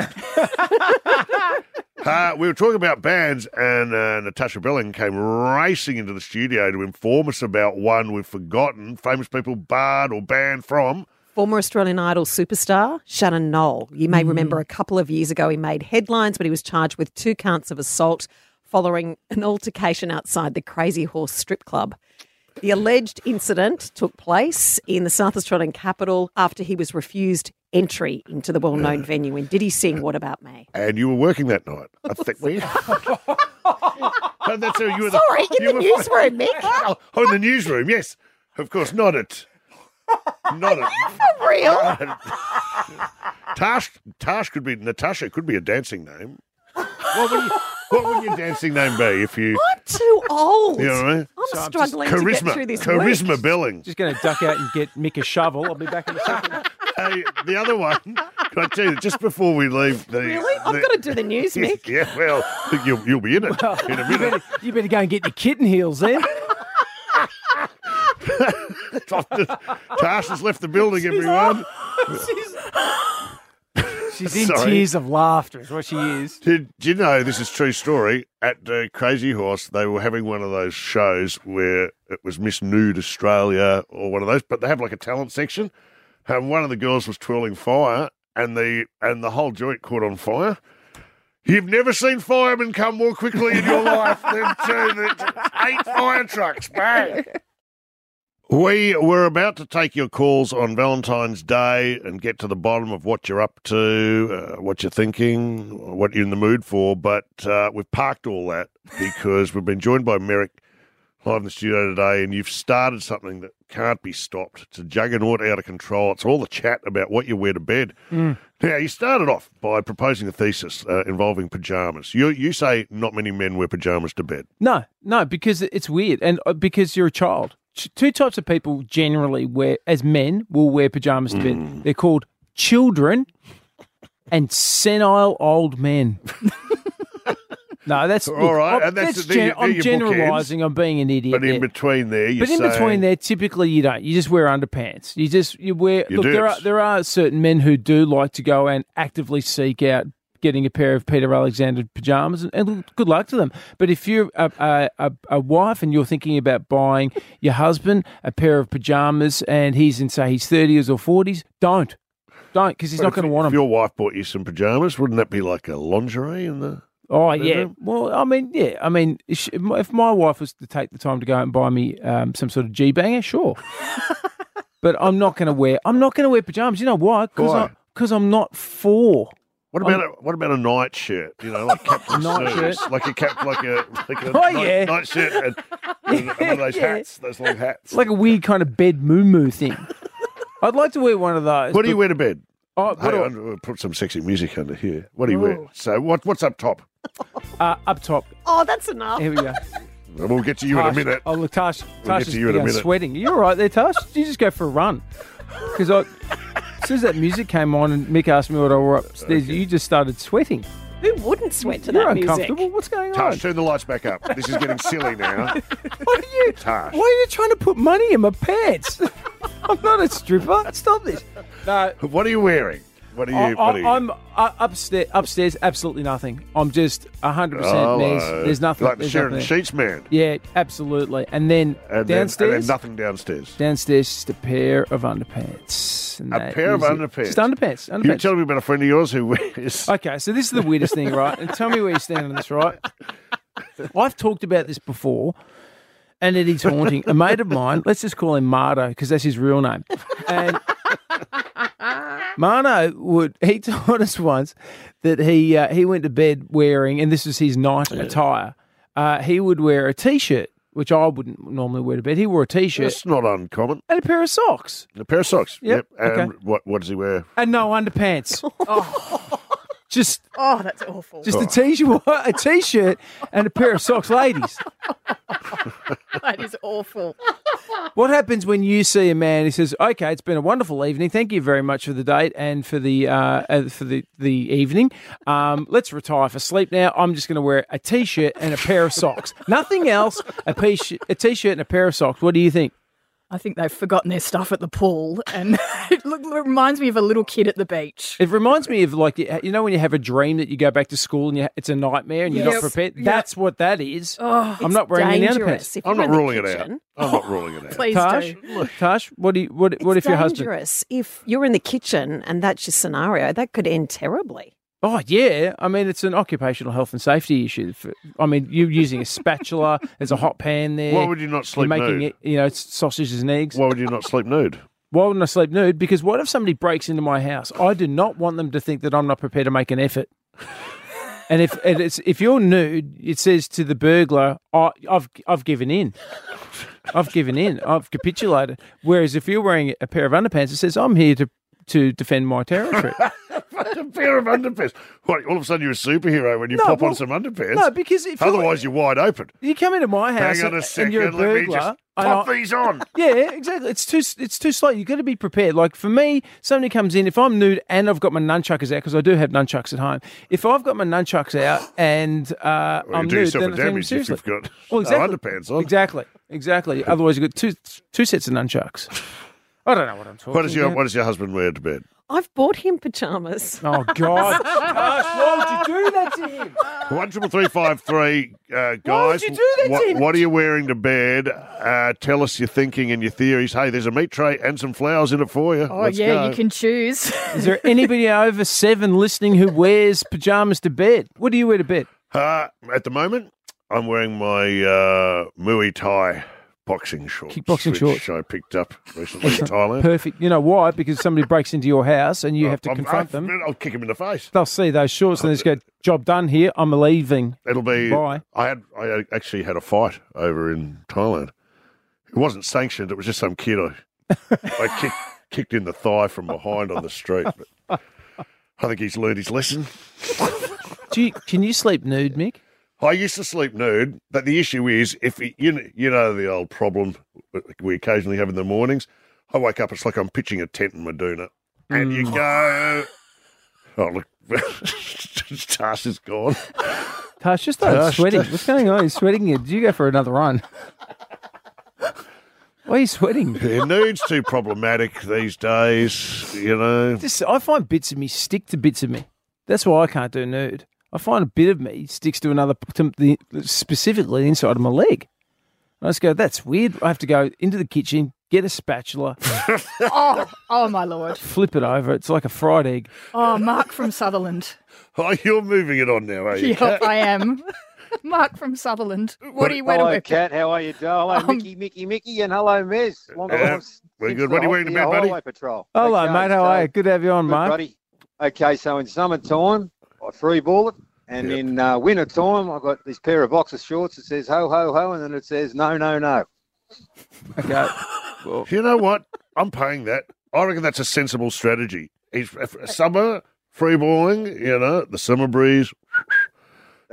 S1: Uh, we were talking about bands, and uh, Natasha Belling came racing into the studio to inform us about one we've forgotten famous people barred or banned from.
S21: Former Australian Idol superstar Shannon Knoll. You may remember a couple of years ago he made headlines, but he was charged with two counts of assault following an altercation outside the Crazy Horse strip club. The alleged incident took place in the South Australian capital after he was refused entry into the well known venue. And did he sing What About Me?
S1: And you were working that night. I think we. that's who you were. The,
S21: Sorry, in
S1: you
S21: the newsroom, Mick.
S1: Oh, oh, in the newsroom, yes. Of course, not at. Not at.
S21: For real?
S1: Tash, Tash could be Natasha. Could be a dancing name. What would, you, what would your dancing name be if you?
S21: I'm too old.
S1: You know what I mean?
S21: I'm
S1: So I'm just-
S21: struggling to get
S1: Charisma.
S21: through this
S1: Charisma
S21: week.
S1: Belling.
S2: Just going to duck out and get Mick a shovel. I'll be back in a second.
S1: Hey, the other one. Can I tell you, just before we leave the.
S21: Really? I've
S1: the-
S21: got to do the news, Mick.
S1: Yeah, well, I think you'll, you'll be in it in a
S2: You
S1: minute.
S2: better, you better go and get your kitten heels then.
S1: Tash has left the building, everyone.
S2: She's in
S1: Sorry.
S2: tears of laughter, is what she is.
S1: Did, do you know this is true story? At uh, Crazy Horse, they were having one of those shows where it was Miss Nude Australia or one of those, but they have like a talent section. And one of the girls was twirling fire, and the and the whole joint caught on fire. You've never seen firemen come more quickly in your life than two, than eight fire trucks. Bang! We were about to take your calls on Valentine's Day and get to the bottom of what you're up to, uh, what you're thinking, what you're in the mood for, but uh, we've parked all that because we've been joined by Merrick live in the studio today, and you've started something that can't be stopped. It's a juggernaut out of control. It's all the chat about what you wear to bed.
S2: Mm.
S1: Now, you started off by proposing a thesis uh, involving pajamas. You, you say not many men wear pajamas to bed.
S2: No, no, because it's weird, and uh, because you're a child. Ch- Two types of people generally wear, as men, will wear pajamas to bed. They're called children and senile old men. no, that's
S1: All
S2: look,
S1: right,
S2: I'm,
S1: and that's-
S2: that's
S1: they're your-
S2: gen-
S1: they're
S2: I'm
S1: your bookends.
S2: generalising. I'm being an idiot.
S1: But in
S2: there.
S1: between there, you
S2: but in
S1: say-
S2: between there, typically you don't. You just wear underpants. You just you wear.
S1: Your
S2: look, there
S1: dupes.
S2: are there are certain men who do like to go and actively seek out getting a pair of Peter Alexander pajamas, and, and good luck to them. But if you're a, a, a, a wife and you're thinking about buying your husband a pair of pajamas, and he's in say his thirties or forties, don't, don't, because he's
S1: But
S2: not
S1: if-
S2: going to want
S1: If
S2: them.
S1: your wife bought you some pajamas, wouldn't that be like a lingerie in the?
S2: Oh yeah.
S1: bedroom?
S2: Well, I mean, yeah. I mean, if she- if my wife was to take the time to go out and buy me um, some sort of G banger, sure. but I'm not going to wear. I'm not going to wear pajamas. You know why?
S1: Why?
S2: Because because I'm not four.
S1: What
S2: I'm-
S1: about a, what about a night shirt? You know, like Captain
S2: Oh. Night
S1: Snooze,
S2: shirt?
S1: like a cap, like a like a
S2: Oh,
S1: night,
S2: yeah.
S1: night shirt, and, and one of those
S2: Yeah.
S1: hats, those long hats.
S2: It's like a weird kind of bed moo moo thing. I'd like to wear one of those.
S1: What do you
S2: but-
S1: wear to bed?
S2: Oh,
S1: Hey,
S2: what do I- Oh.
S1: I'll put some sexy music under here. What do you wear?
S2: Ooh.
S1: So what what's up top?
S2: uh, up top?
S21: Oh, that's enough.
S2: Here we go.
S1: We'll get to you in a
S2: Tash.
S1: minute.
S2: Oh, look, Tash.
S1: We'll
S2: Tash
S1: get
S2: is
S1: to you in a
S2: yeah,
S1: minute.
S2: sweating. You're right there, Tash. You just go for a run. Because I, as soon as that music came on and Mick asked me what I wore upstairs, you just started sweating.
S21: Who wouldn't sweat to
S2: You're
S21: that music?
S2: uncomfortable. What's going on?
S1: Tash, turn the lights back up. This is getting silly now.
S2: What are you?
S1: Tash.
S2: Why are you trying to put money in my pants? I'm not a stripper. Stop this. No.
S1: What are you wearing? What are you?
S2: I,
S1: what are you?
S2: am upstairs. Upstairs, absolutely nothing. I'm just 100.
S1: Oh,
S2: percent There's,
S1: uh,
S2: there's nothing.
S1: Like the
S2: there's
S1: Sharon
S2: nothing there.
S1: Sheets man.
S2: Yeah, absolutely. And then
S1: And then-
S2: downstairs,
S1: and then nothing downstairs.
S2: Downstairs, just a pair of underpants. and
S1: A
S2: that
S1: pair of
S2: is it.
S1: underpants.
S2: Just underpants.
S1: You were
S2: Underpants.
S1: telling me about a friend of yours who wears.
S2: Okay, so this is the weirdest thing, right? And tell me where you stand on this, right? I've talked about this before, and it is haunting. A mate of mine, let's just call him Mardo, because that's his real name. And Marno would he told us once that he uh, he went to bed wearing, and this was his night attire. Uh, he would wear a t-shirt, which I wouldn't normally wear to bed. He wore a t-shirt
S1: That's not uncommon.
S2: and a pair of socks
S1: A pair of socks.
S2: Yep,
S1: And
S2: okay.
S1: what what does he wear?
S2: and no underpants. Just
S21: Oh, that's awful.
S2: just a t-shirt, a t-shirt, and a pair of socks, ladies.
S21: that is awful.
S2: What happens when you see a man who says, "Okay, it's been a wonderful evening. Thank you very much for the date and for the uh, uh, for the the evening. Um, let's retire for sleep now. I'm just going to wear a t-shirt and a pair of socks. Nothing else. A piece, a t-shirt and a pair of socks. What do you think?"
S3: I think they've forgotten their stuff at the pool, and it look- reminds me of a little kid at the beach.
S2: It reminds me of like you know when you have a dream that you go back to school and you, it's a nightmare and you're
S3: Yes.
S2: not prepared.
S3: Yep.
S2: That's what that is.
S3: Oh,
S2: I'm not wearing any
S21: dangerous.
S2: underpants.
S21: If I'm you're not in the ruling it out. kitchen-
S1: I'm not ruling it out.
S3: Please Oh,
S2: Tash, look, Tash, what do you, what what if your husband?
S21: dangerous if you're in the kitchen and that's your scenario. That could end terribly.
S2: Oh yeah, I mean it's an occupational health and safety issue. For- I mean you're using a spatula. There's a hot pan there.
S1: Why would you not sleep
S2: You're making
S1: nude?
S2: it, you know, s- sausages and eggs.
S1: Why would you not sleep nude?
S2: Why wouldn't I sleep nude? Because what if somebody breaks into my house? I do not want them to think that I'm not prepared to make an effort. And if and it's if you're nude, it says to the burglar, I, "I've I've given in, I've given in, I've capitulated." Whereas if you're wearing a pair of underpants, it says, "I'm here to to defend my territory."
S1: a pair of underpants. What, all of a sudden you're a superhero when you
S2: No,
S1: pop
S2: well,
S1: on some underpants.
S2: no, because if you're-
S1: otherwise you're wide open.
S2: You come into my house
S1: Hang on
S2: and,
S1: a
S2: and you're a
S1: second, let me
S2: burglar.
S1: just
S2: and
S1: pop
S2: I-
S1: these on.
S2: Yeah, exactly. It's too it's too slow. You've got to be prepared. Like for me, somebody comes in. If I'm nude and I've got my nunchuckers out because I do have nunchucks at home. If I've got my nunchucks out and uh,
S1: Well,
S2: I'm
S1: you do
S2: nude,
S1: yourself
S2: then
S1: a
S2: I take them
S1: damage if
S2: seriously.
S1: you've got no
S2: well, exactly.
S1: underpants on.
S2: Exactly, exactly. Otherwise, you've got two two sets of nunchucks. I don't know what I'm talking.
S1: What does your
S2: about.
S1: What does your husband wear to bed?
S21: I've bought him pajamas.
S2: Oh God! Gosh, why would you do that to him?
S1: One triple three five three uh, guys.
S2: would you do that to
S1: what,
S2: him?
S1: what are you wearing to bed? Uh, tell us your thinking and your theories. Hey, there's a meat tray and some flowers in it for you.
S3: Oh yeah, you can choose.
S2: Is there anybody over seven listening who wears pajamas to bed? What do you wear to bed?
S1: Uh, at the moment, I'm wearing my uh, Muay Thai boxing shorts.
S2: Kickboxing
S1: which
S2: shorts.
S1: I picked up recently in Thailand.
S2: Perfect. You know why? Because somebody breaks into your house and you have to
S1: I'm-
S2: confront
S1: I'll-
S2: them.
S1: I'll kick him in the face.
S2: They'll see those shorts and they just go, job done here. I'm leaving.
S1: It'll be.
S2: Bye.
S1: I had. I actually had a fight over in Thailand. It wasn't sanctioned. It was just some kid I, I kicked, kicked in the thigh from behind on the street. But I think he's learned his lesson.
S2: Do you, can you sleep nude, Mick?
S1: I used to sleep nude, but the issue is, if it- you kn- you know the old problem we occasionally have in the mornings, I wake up. It's like I'm pitching a tent in my doona, and you go. Oh look, Tash is gone.
S2: Tash just started
S1: Tash,
S2: sweating.
S1: Tash.
S2: What's going on? He's sweating. Did you go for another run? Why are you sweating?
S1: Yeah, nude's too problematic these days, you know.
S2: Just, I find bits of me stick to bits of me. That's why I can't do nude. I find a bit of me sticks to another, to the, specifically the inside of my leg. I just go, that's weird. I have to go into the kitchen, get a spatula,
S3: oh, oh my lord.
S2: flip it over. It's like a fried egg.
S3: Oh, Mark from Sutherland.
S1: Oh, you're moving it on now, are you?
S3: Yep, I am. Mark from Sutherland. What do
S4: oh,
S3: you wear to
S15: hello,
S3: work?
S15: Kat. How are you doing? Hello,
S3: Um,
S15: Mickey, Mickey, Mickey, and hello, Miz. Long
S1: Yeah,
S15: time since
S1: we're good.
S15: the uh,
S1: What are you wearing to bed,
S15: Highway
S1: buddy?
S15: Patrol.
S2: Hello,
S15: Okay,
S2: mate. How
S15: so-
S2: are you? Good to have you on,
S15: Good,
S2: Mark.
S15: buddy. Okay, so in summertime, I free ball it. And in uh, winter time, I've got this pair of boxer shorts that says ho, ho, ho, and then it says no, no, no.
S2: Okay.
S1: You know what? I'm paying that. I reckon that's a sensible strategy. It's f- f- summer free balling, you know, the summer breeze.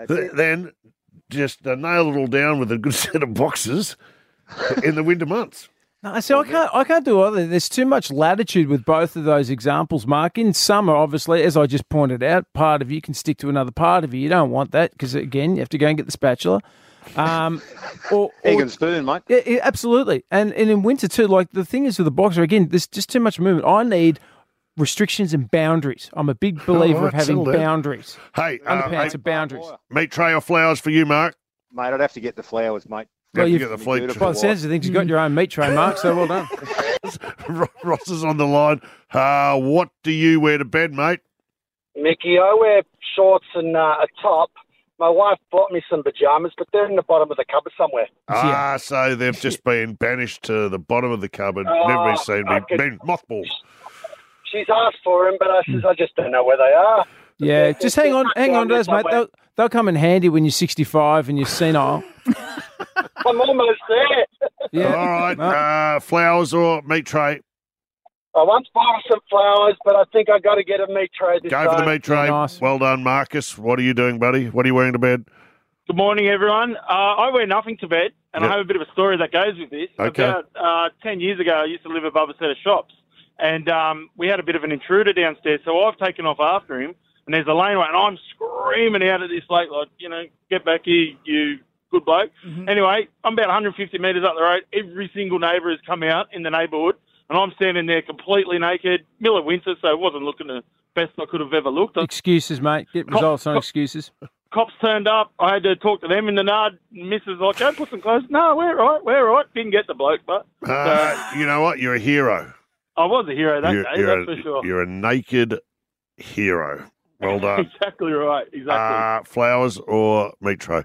S1: Th- Then just uh, nail it all down with a good set of boxes in the winter months.
S2: No, see, I can't. I can't do either. There's too much latitude with both of those examples, Mark. In summer, obviously, as I just pointed out, part of you can stick to another part of you. You don't want that because again, you have to go and get the spatula. Um, or,
S15: Egg
S2: or-
S15: and spoon, mate.
S2: yeah, yeah, absolutely. And and in winter too. Like the thing is with the boxer, again, there's just too much movement. I need restrictions and boundaries. I'm a big believer of
S1: Alright,
S2: having
S1: settle down.
S2: boundaries.
S1: Hey, uh,
S2: Underpants are boundaries.
S1: meat tray or flowers for you, Mark?
S15: Mate, I'd have to get the flowers, mate.
S1: Well,
S15: Have to
S1: you've
S15: get
S1: got
S15: them
S1: the flea-
S15: beautiful
S2: By the sounds of things, you've got your own meat tray, Mark. So well done.
S1: Ro- Ross is on the line. Uh, what do you wear to bed, mate?
S5: Mickey, I wear shorts and uh, a top. My wife bought me some pajamas, but they're in the bottom of the cupboard somewhere.
S1: Ah, so they've just been banished to the bottom of the cupboard. Never
S5: Oh,
S1: been seen.
S5: I
S1: Been,
S5: could-
S1: been mothballed.
S5: She's asked for them, but I says I just don't know where they are.
S2: Yeah, just hang on, hang on to those,
S5: down
S2: mate.
S5: there
S2: They'll, they'll come in handy when you're 65 and you're senile.
S5: I'm almost there.
S2: Yeah.
S1: All right. Uh, flowers or meat tray?
S5: I once bought some flowers, but I think I got to get a meat tray this
S1: Go for the
S5: time.
S1: meat tray. Well done, Marcus. What are you doing, buddy? What are you wearing to bed?
S22: Good morning, everyone. Uh, I wear nothing to bed, and
S1: Yeah.
S22: I have a bit of a story that goes with this.
S1: Okay.
S22: About uh, 10 years ago, I used to live above a set of shops, and um, we had a bit of an intruder downstairs, so I've taken off after him, and there's a laneway, and I'm screaming out at this lake, like, you know, get back here, you good bloke.
S1: Mm-hmm.
S22: Anyway, I'm about 150 metres up the road. Every single neighbour has come out in the neighbourhood, and I'm standing there completely naked, middle of winter, so it wasn't looking the best I could have ever looked.
S2: Excuses, mate. Get results on excuses.
S22: Cops turned up. "Oh, I had to talk to them in the nard. Mrs. like, go put some clothes. No, we're all right. We're all right. Didn't get the bloke, but
S1: Uh, you know what? You're a hero.
S22: I was a hero that
S1: you're,
S22: day,
S1: you're
S22: that's
S1: a,
S22: for sure.
S1: You're a naked hero. Well done.
S22: exactly right. Exactly.
S1: uh, flowers or meat tray?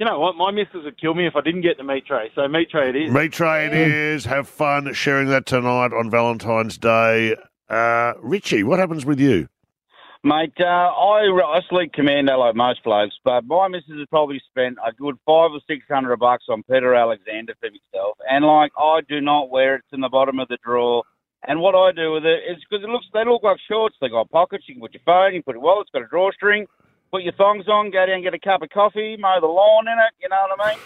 S22: you know what? My missus would kill me if I didn't get the meat tray. So meat tray it is.
S1: Meat tray it is. Have fun sharing that tonight on Valentine's Day. Uh, Richie, what happens with you?
S4: Mate, uh, I, I sleep commando like most blokes, but my missus has probably spent a good five or six hundred bucks on Peter Alexander for myself. And like, I do not wear it. It's in the bottom of the drawer. And what I do with it is because it looks, they look like shorts. They got pockets. You can put your phone, you can put your wallet. It's got a drawstring. Put your thongs on. Go down, and get a cup of coffee, mow the lawn in it. You know what I mean?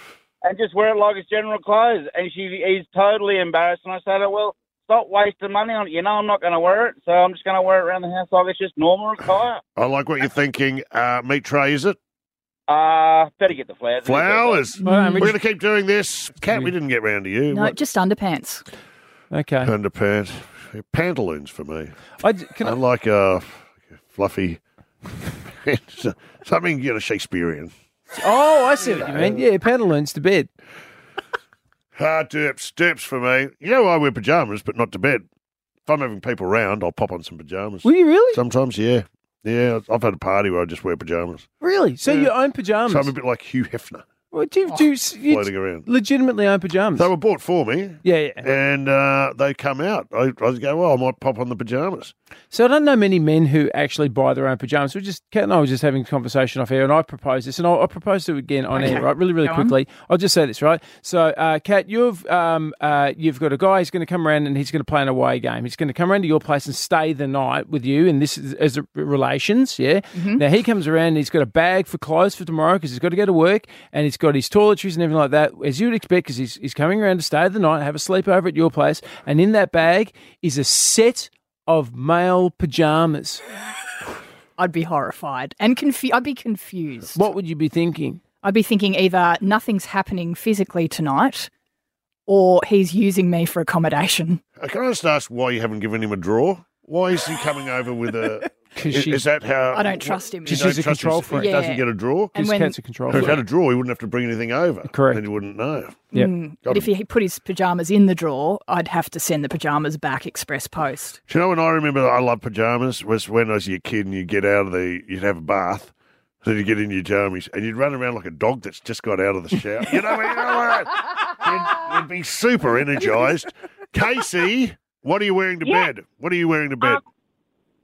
S4: And just wear it like it's general clothes. And she is totally embarrassed. And I say to her, well, stop wasting money on it. You know I'm not going to wear it, so I'm just going to wear it around the house like it's just normal attire.
S1: I like what you're thinking. Uh, meat tray, is it?
S4: Uh, better get the flowers.
S1: Flowers.
S4: Well
S1: We're
S4: done, Richie.
S1: going to keep doing this. Cat, we didn't get round to you.
S3: No,
S1: What-
S3: just underpants.
S2: Okay.
S1: Underpants. Pantaloons for me.
S2: I,
S1: like uh, fluffy. Something, you know, Shakespearean.
S2: Oh, I see what you mean. Yeah, pantaloons to bed.
S1: Ah, dips, dips for me. You know, I wear pajamas, but not to bed. If I'm having people round, I'll pop on some pajamas.
S2: Will you really?
S1: Sometimes, yeah. Yeah, I've had a party where I just wear pajamas.
S2: Really? So you own pajamas?
S1: So I'm a bit like Hugh Hefner.
S2: Well, do you, do you, you
S1: floating around.
S2: legitimately own pajamas?
S1: They were bought for me.
S2: Yeah, yeah.
S1: And uh, they come out. I, I just go, well, I might pop on the pajamas.
S2: So I don't know many men who actually buy their own pajamas. We just Kat and I were just having a conversation off air, and I proposed this, and I'll, I'll propose it again on
S7: Okay.
S2: air, right? Really, really
S7: Go on.
S2: quickly. I'll just say this, right? So, uh, Kat, you've um, uh, you've got a guy who's going to come around and he's going to play an away game. He's going to come around to your place and stay the night with you, and this is as a, relations, yeah.
S7: Mhm.
S2: Now he comes around, and he's got a bag for clothes for tomorrow because he's got to go to work, and he's got his toiletries and everything like that, as you would expect, because he's he's coming around to stay the night, have a sleepover at your place, and in that bag is a set of male pajamas.
S3: I'd be horrified and confu- I'd be confused.
S2: What would you be thinking?
S3: I'd be thinking either nothing's happening physically tonight, or he's using me for accommodation.
S1: Uh, Can I just ask why you haven't given him a draw? Why is he coming over with a?
S2: 'Cause
S1: is,
S2: she's-
S1: is that how?
S3: I don't trust him.
S1: She
S3: She's a control
S1: him, so He
S3: freak.
S1: doesn't
S3: Yeah.
S1: get a draw.
S3: And His when- cat's a
S2: control
S1: If he had a
S2: freak.
S1: draw, he wouldn't have to bring anything over. Correct. And he wouldn't know.
S3: Mm. But if he put his pajamas in the drawer, I'd have to send the pajamas back express post.
S1: Do you know when I remember that I love pajamas was when I was a kid and you get out of the, you'd have a bath, then you get in your jammies and you'd run around like a dog that's just got out of the shower. You know, you know what? You'd, you'd be super energized. Casey, what are you wearing to
S23: Yeah.
S1: bed? What are you wearing to bed?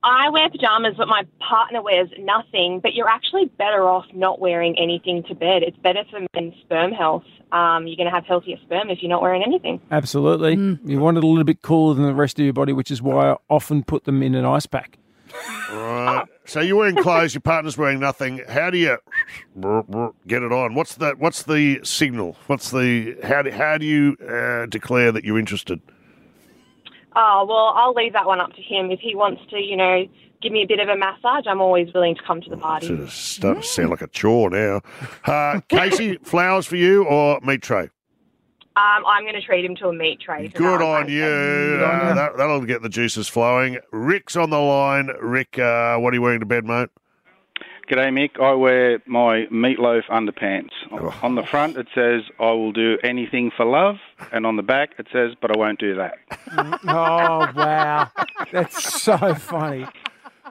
S23: I wear pajamas, but my partner wears nothing. But you're actually better off not wearing anything to bed. It's better for men's sperm health. Um, you're going to have healthier sperm if you're not wearing anything.
S2: Absolutely.
S3: Mm.
S2: You want it a little bit cooler than the rest of your body, which is why I often put them in an ice pack.
S1: Right. Uh, So you're wearing clothes, your partner's wearing nothing. How do you get it on? What's that? What's the signal? What's the how? Do, how do you uh, declare that you're interested?
S23: Oh, well, I'll leave that one up to him. If he wants to, you know, give me a bit of a massage, I'm always willing to come to the party. Um,
S1: Sort of starting to sound like a chore now. Uh, Casey, flowers for you or meat tray?
S23: Um, I'm going to treat him to a meat tray.
S1: Good on you. Uh, that, that'll get the juices flowing. Rick's on the line. Rick, uh, what are you wearing to bed, mate?
S24: G'day, Mick. I wear my meatloaf underpants. On the front, it says, I will do anything for love. And on the back, it says, but I won't do that.
S2: oh, wow. That's so funny.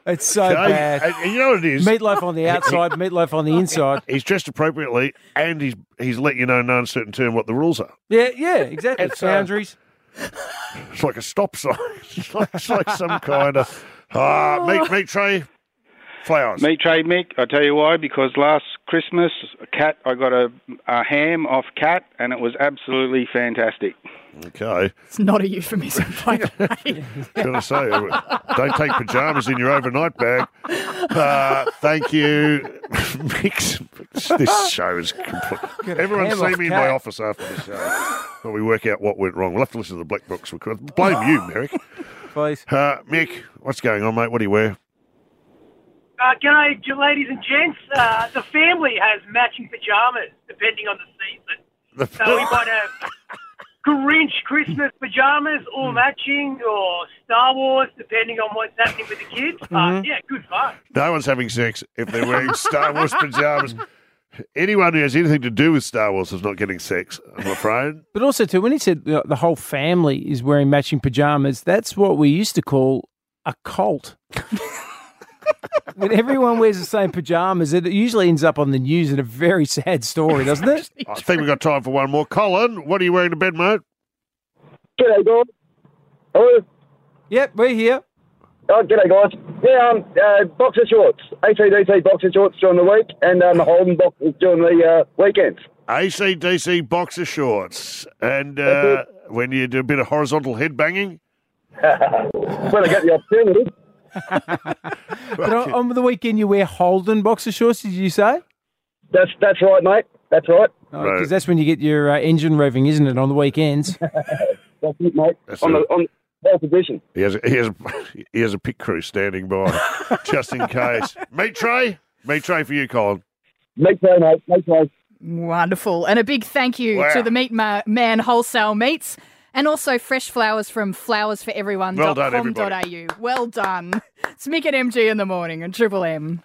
S2: It's so
S1: Okay.
S2: bad.
S1: And uh, you know what it is?
S2: Meatloaf on the outside, meatloaf on the inside.
S1: He's dressed appropriately, and he's he's let you know in no uncertain term what the rules are.
S2: Yeah, yeah, exactly. boundaries.
S1: It's like a stop sign. It's like, it's like some kind of uh, meat meat tray flowers.
S24: Meat trade, Mick. I tell you why. Because last Christmas, cat, I got a, a ham off cat, and it was absolutely fantastic.
S1: Okay.
S3: It's not a euphemism, by the way.
S1: Gotta say, don't take pajamas in your overnight bag. Uh, thank you, Mix. This show is complete.
S2: Good
S1: Everyone
S2: ham
S1: see
S2: off
S1: me in my
S2: cat.
S1: office after the show. When we work out what went wrong, we'll have to listen to the black books. We could blame you, Merrick.
S2: Please,
S1: uh, Mick. What's going on, mate? What do you wear?
S7: Uh, g'day, j- ladies and gents. Uh, the family has matching pajamas depending on the season. So we might have Grinch Christmas pajamas, all matching, or Star Wars depending on what's happening with the kids. But
S1: Mhm.
S7: yeah, good fun.
S1: No one's having sex if they're wearing Star Wars pajamas. Anyone who has anything to do with Star Wars is not getting sex, I'm afraid.
S2: But also, too, when he said the, the whole family is wearing matching pajamas, that's what we used to call a cult. when everyone wears the same pajamas, it usually ends up on the news in a very sad story, doesn't it?
S1: I think we've got time for one more. Colin, what are you wearing to bed, mate?
S8: G'day, guys. Hello?
S2: Yep, we're here.
S8: Oh, g'day, guys. Yeah, um, uh, boxer shorts. ACDC boxer shorts during the week and um, the Holden boxers during the uh, weekends.
S1: ACDC boxer shorts. And uh, when you do a bit of horizontal headbanging.
S8: when I get the opportunity.
S2: But on, on the weekend, you wear Holden boxer shorts, did you say?
S8: That's that's right, mate. That's right.
S2: Because that's when you get your uh, engine revving, isn't it, on the weekends?
S8: That's it, mate.
S1: That's
S8: on,
S1: it.
S8: the, on the pole position.
S1: He has, he, has, a- he has a pit crew standing by just in case. Meat tray? Meat tray for you, Colin.
S8: Meat tray, mate. Meat tray.
S3: Wonderful. And a big thank you
S1: Wow.
S3: to the Meat Ma- Man Wholesale Meats and also fresh flowers from
S1: Well done, everybody.
S3: flowersforeveryone.com.au. Well done. It's Mick and MG in the morning and Triple M.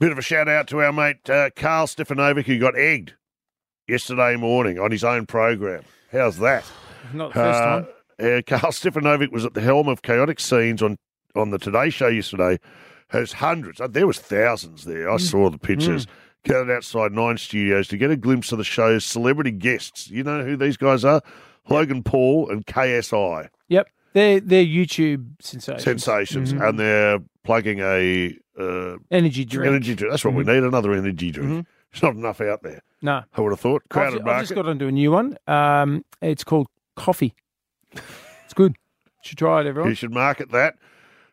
S1: Bit of a shout out to our mate uh, Carl Stefanovic, who got egged yesterday morning on his own program. How's that?
S2: Not the first time.
S1: Uh, Carl Stefanovic was at the helm of chaotic scenes on, on the Today Show yesterday. Has hundreds, uh, there was thousands there.
S2: Mm.
S1: I saw the pictures. Gathered outside Nine Studios to get a glimpse of the show's celebrity guests. You know who these guys are? Logan Paul and KSI
S2: Yep. They're, they're YouTube sensations.
S1: sensations,
S2: Mhm.
S1: and they're plugging a uh,
S2: Energy drink. Mm-hmm.
S1: Energy drink. That's what we need. Another energy drink. There's not enough out there.
S2: No.
S1: I would have thought crowded
S2: I've, ju- I've
S1: market.
S2: just got onto a new one. Um, it's called coffee. It's good. Should try it, everyone.
S1: You should market that.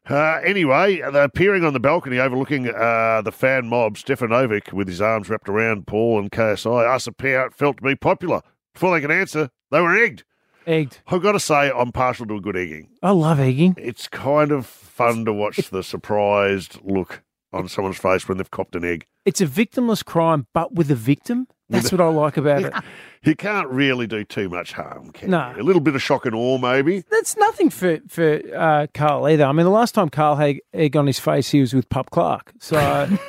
S1: Uh, anyway, they're appearing on the balcony overlooking uh, the fan mob, Stefanovic, with his arms wrapped around Paul and KSI, asked them how it felt to be popular. Before they could answer, they were egged.
S2: Egged.
S1: I've got to say, I'm partial to a good egging.
S2: I love egging.
S1: It's kind of fun to watch the surprised look on someone's face when they've copped an egg.
S2: It's a victimless crime, but with a victim. That's what I like about it.
S1: You can't really do too much harm, can
S2: No.
S1: you? A little bit of shock and awe, maybe.
S2: That's nothing for for uh, Carl either. I mean, the last time Carl had egg on his face, he was with Pup Clark. So, um,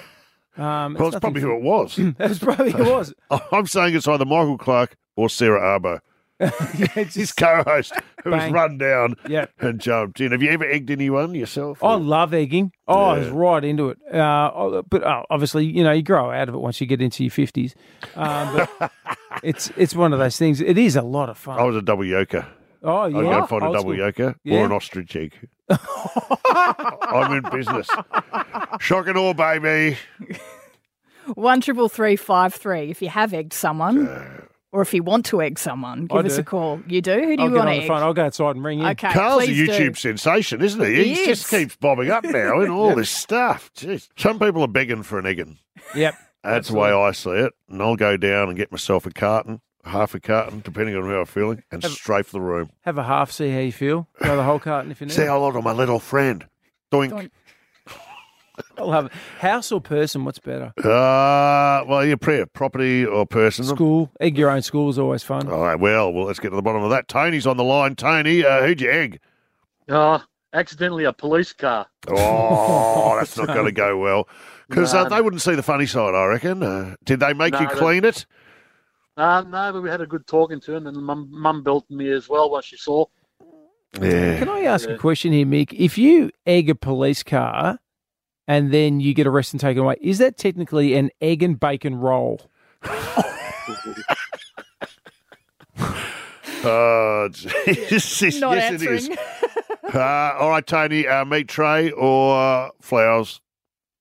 S1: Well, it's
S2: nothing
S1: probably
S2: for-
S1: who it was.
S2: That's probably who it was.
S1: I'm saying it's either Michael Clark or Sarah Arbo. His co-host, who was
S2: Bang.
S1: run down
S2: Yeah.
S1: and jumped in. Have you ever egged anyone yourself?
S2: I love egging. Oh, I was
S1: Yeah.
S2: right into it. Uh, I- but uh, obviously, you know, you grow out of it once you get into your fifties. Um, but it's it's one of those things. It is a lot of fun.
S1: I was a double yoker.
S2: Oh,
S1: I'd
S2: yeah.
S1: go find a
S2: Old
S1: double
S2: school.
S1: yoker
S2: Yeah.
S1: or an ostrich egg. I'm in business. Shock and awe, baby.
S3: One triple three five three. If you have egged someone, or if you want to egg someone,
S2: I
S3: give us
S2: do.
S3: a call. You do. Who do
S2: I'll
S3: you
S2: get
S3: want
S2: on
S3: to
S2: the
S3: egg?
S2: phone. I'll go outside and ring in.
S3: Okay,
S1: Carl's a
S3: please do.
S1: YouTube sensation, isn't he?
S3: He
S1: he just
S3: is.
S1: keeps bobbing up now in all this stuff. Jeez. Some people are begging for an egging.
S2: Yep.
S1: That's the way I see it. And I'll go down and get myself a carton, half a carton, depending on how I'm feeling, and strafe the room.
S2: Have a half, see how you feel. Go the whole carton if you need.
S1: Say hello to my little friend. Doink.
S2: I'll have it. House or person, what's better?
S1: Uh, well, your prayer, property or person.
S2: School. Egg your own school is always fun.
S1: All right, well, well, let's get to the bottom of that. Tony's on the line. Tony, uh, who'd you egg?
S9: Oh, accidentally a police car.
S1: Oh, that's not going to go well. Because uh,
S9: No.
S1: they wouldn't see the funny side, I reckon. Uh, did they make
S9: No,
S1: you
S9: they-
S1: clean it?
S9: Uh, no, but we had a good talking to him, and mum, mum built me as well once she saw.
S1: Yeah.
S2: Can I ask a question here, Mick? If you egg a police car and then you get arrested and taken away, is that technically an egg and bacon roll?
S1: Oh, jeez.
S3: Not
S1: yes, it is.
S3: answering.
S1: Uh, all right, Tony, uh, meat tray or uh, flowers?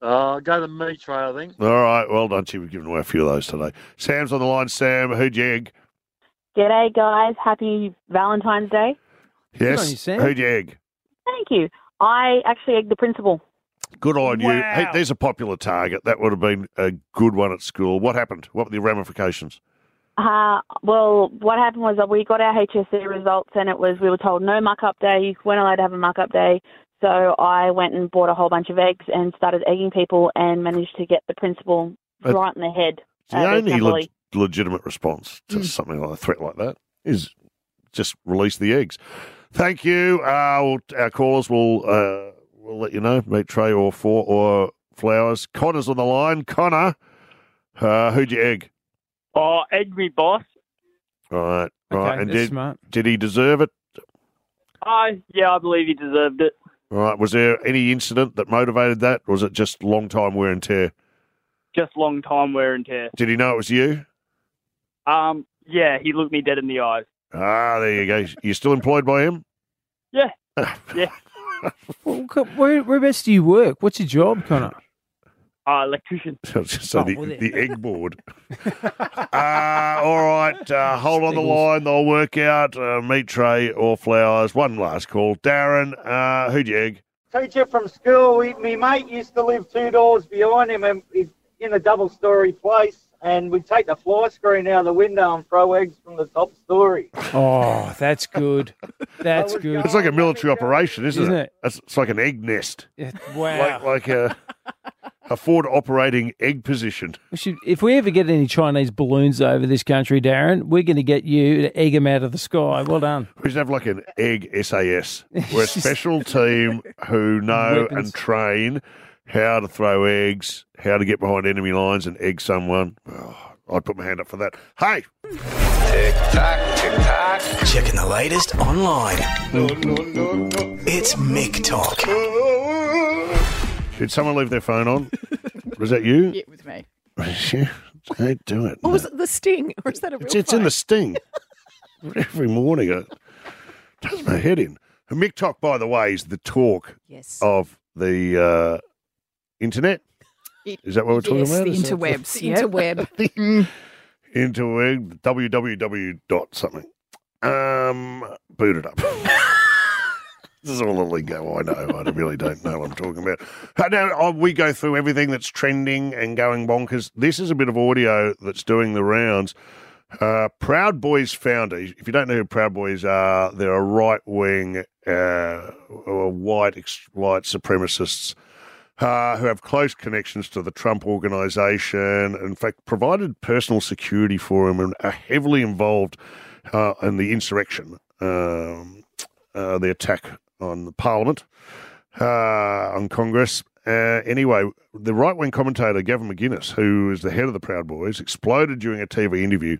S9: Uh, go to meat tray, I think.
S1: All right, well done. Chief. We've given away a few of those today. Sam's on the line. Sam, who'd you egg?
S10: G'day, guys. Happy Valentine's Day.
S1: Yes.
S10: on you, Sam.
S1: Who'd you egg?
S10: Thank you. I actually egged the principal.
S1: Good on you. Hey, there's a popular target. That would have been a good one at school. What happened? What were the ramifications?
S10: Uh, well, what happened was that we got our HSC results and it was we were told no muck up day, weren't allowed to have a muck up day, So I went and bought a whole bunch of eggs and started egging people and managed to get the principal
S1: That's-
S10: right in the head.
S1: It's the
S10: at East
S1: only
S10: Napoli.
S1: leg- legitimate response to
S10: Mm.
S1: something like a threat like that is just release the eggs. Thank you. Uh, we'll, our callers will uh, will let you know. Meet Trey or four or flowers. Connor's on the line. Connor, uh, who'd you egg?
S22: Oh, egg me, boss.
S1: All right, right.
S22: Okay,
S1: and
S22: that's
S1: did
S22: smart.
S1: did he deserve it?
S22: I Uh, yeah, I believe he deserved it.
S1: All right. Was there any incident that motivated that? Or was it just long time wear and tear?
S22: Just long time wear and tear.
S1: Did he know it was you?
S22: Um, yeah, he looked me dead in the eyes.
S1: Ah, there you go. You're still employed by him.
S22: Yeah, yeah.
S2: Well, co- where, whereabouts do you work? What's your job, Connor?
S22: Uh, electrician.
S1: So the,
S2: well, there-
S1: the egg board. uh, all right, uh, hold on the line. They'll work out uh, meat tray or flowers. One last call. Darren, uh, who'd you egg?
S6: teacher from school. We, me mate used to live two doors behind him, and he's in a double-story place. And we'd take the fly screen out of the window and throw eggs from the top story.
S2: Oh, that's good. That's good.
S1: It's like a military operation, isn't,
S2: Isn't
S1: it? It's, it's like an egg nest.
S2: wow.
S1: Like, like a, a forward operating egg position.
S2: We should, if we ever get any Chinese balloons over this country, Darren, we're going to get you to egg them out of the sky. Well done.
S1: We should have like an egg SAS. We're a special team who know
S2: Weapons.
S1: and train how to throw eggs, how to get behind enemy lines and egg someone. Oh, I'd put my hand up for that. Hey!
S11: Tick tock, tick tock. Checking the latest online. It's Mick Talk.
S1: Did someone leave their phone on? Was that you?
S11: Yeah, it
S1: was me. Don't do it.
S21: Or was it the sting? Or is that a real
S1: It's, it's in
S21: phone?
S1: the sting. Every morning, it does my head in. And Mick Tock, by the way, is the talk
S21: Yes.
S1: of the uh, internet. Is that what we're talking
S3: yes,
S1: about?
S3: the
S1: Is that-
S3: interwebs.
S21: The
S3: yeah.
S1: Interweb,
S21: interweb.
S1: www dot something. Um, boot it up. this is all a lingo I know. I really don't know what I'm talking about. Uh, Now, uh, we go through everything that's trending and going bonkers. This is a bit of audio that's doing the rounds. Uh, Proud Boys founder, if you don't know who Proud Boys are, they're a right wing, uh, or white, ex- white supremacists uh, who have close connections to the Trump organization. In fact, provided personal security for him and are heavily involved uh, in the insurrection, um, uh, the attack on the parliament, uh, on Congress. Uh, anyway, the right wing commentator Gavin McGuinness, who is the head of the Proud Boys, exploded during a TV interview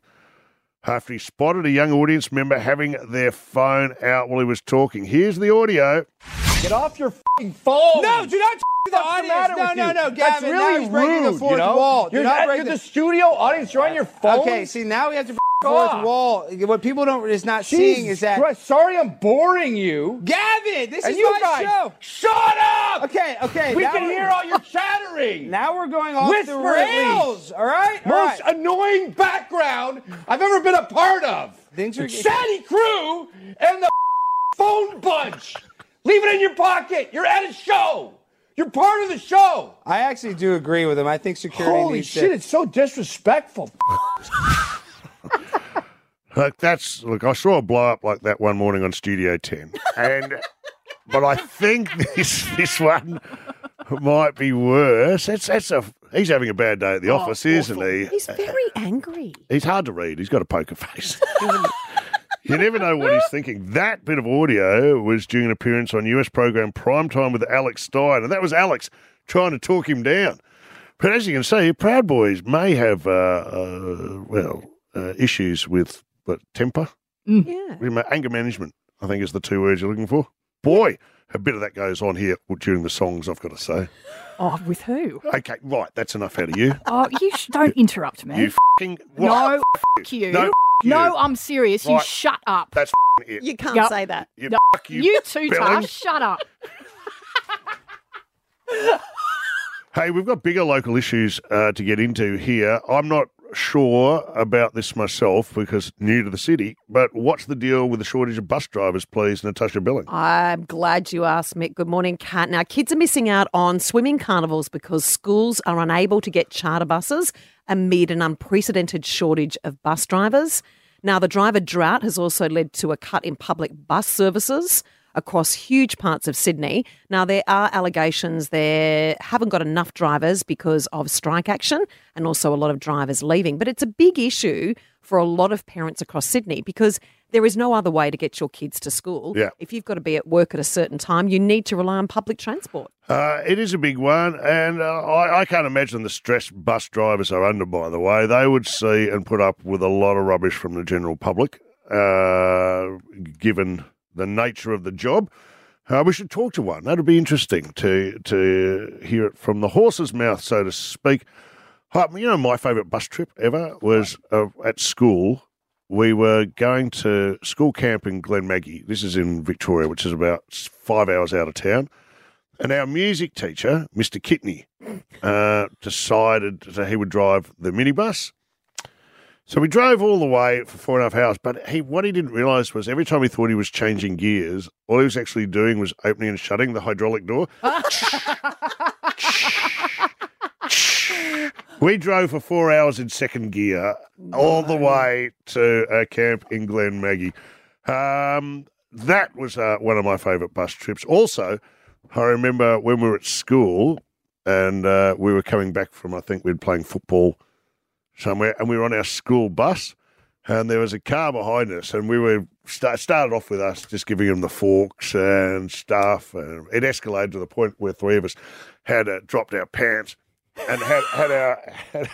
S1: after he spotted a young audience member having their phone out while he was talking. Here's the audio.
S12: Get off your fing phone.
S13: No, do not
S12: the audience.
S13: matter
S12: no,
S13: with
S12: no,
S13: you?
S12: no,
S13: That's
S12: Gavin.
S13: really
S12: now he's breaking
S13: rude,
S12: the fourth
S13: you know?
S12: wall.
S13: You're
S12: not
S13: at-
S12: breaking
S13: you're the
S12: studio audience. You're on your phone.
S13: Okay, see, now we have to f-
S12: off.
S13: fourth wall. What people don't is not seeing
S12: Jesus
S13: is that.
S12: Christ, sorry, I'm boring you.
S13: Gavin, this
S12: And
S13: is
S12: you
S13: my
S12: guys,
S13: show.
S12: Shut up.
S13: Okay, okay.
S12: We
S13: now
S12: can
S13: we're-
S12: hear all your chattering.
S13: Now we're going off
S12: Whisper
S13: the rails.
S12: Elves.
S13: All right, all
S12: Most
S13: right.
S12: annoying background I've ever been a part of.
S13: Things are-
S12: Shady crew and the phone bunch. Leave it in your pocket. You're at a show. You're part of the show.
S13: I actually do agree with him. I think security
S12: Holy
S13: needs
S12: shit!
S13: to.
S12: It's so disrespectful.
S1: Look, that's look. I saw a blow up like that one morning on Studio Ten, and but I think this this one might be worse. It's that's a he's having a bad day at the office, isn't he?
S21: He's very angry.
S1: He's hard to read. He's got a poker face. you never know what he's thinking. That bit of audio was during an appearance on US program Primetime with Alex Stein, and that was Alex trying to talk him down. But as you can see, Proud Boys may have, uh, uh, well, uh, issues with what, temper,
S21: Yeah.
S1: Remember, anger management. I think is the two words you're looking for. Boy, a bit of that goes on here during the songs. I've got to say.
S3: Oh, with who?
S1: Okay, right, that's enough out of you.
S3: Oh, you sh- don't interrupt me.
S1: You fing
S3: no,
S1: what?
S3: f- you.
S1: No,
S3: No,
S1: f- you.
S3: I'm serious. You
S1: Right.
S3: shut up.
S1: That's f***ing it.
S21: You can't
S3: Yep.
S21: say that.
S1: You
S3: No,
S1: f- you,
S3: you too
S1: Billings.
S3: tough. Shut up.
S1: Hey, we've got bigger local issues uh, to get into here. I'm not sure about this myself because new to the city, but what's the deal with the shortage of bus drivers, please, Natasha Billing?
S21: I'm glad you asked, Mick. Good morning, Kat. Now, kids are missing out on swimming carnivals because schools are unable to get charter buses amid an unprecedented shortage of bus drivers. Now, the driver drought has also led to a cut in public bus services. across huge parts of Sydney. Now, there are allegations they haven't got enough drivers because of strike action and also a lot of drivers leaving. But it's a big issue for a lot of parents across Sydney because there is no other way to get your kids to school.
S1: Yeah.
S21: If you've got to be at work at a certain time, you need to rely on public transport.
S1: Uh, it is a big one, and uh, I, I can't imagine the stress bus drivers are under, by the way. They would see and put up with a lot of rubbish from the general public, uh, given the nature of the job. Uh, we should talk to one. That'd be interesting to to hear it from the horse's mouth, so to speak. Hi, You know, my favourite bus trip ever was uh, at school. We were going to school camp in Glen Maggie. This is in Victoria, which is about five hours out of town. And our music teacher, Mr. Kitney, uh, decided that he would drive the minibus. So we drove all the way for four and a half hours. But he, what he didn't realise was every time he thought he was changing gears, all he was actually doing was opening and shutting the hydraulic door. We drove for four hours in second gear all the way to a camp in Glen Maggie. Um, that was uh, one of my favourite bus trips. Also, I remember when we were at school and uh, we were coming back from, I think we'd playing football somewhere, and we were on our school bus, and there was a car behind us, and we were start, started off with us just giving him the forks and stuff, and it escalated to the point where three of us had uh, dropped our pants and had had our had,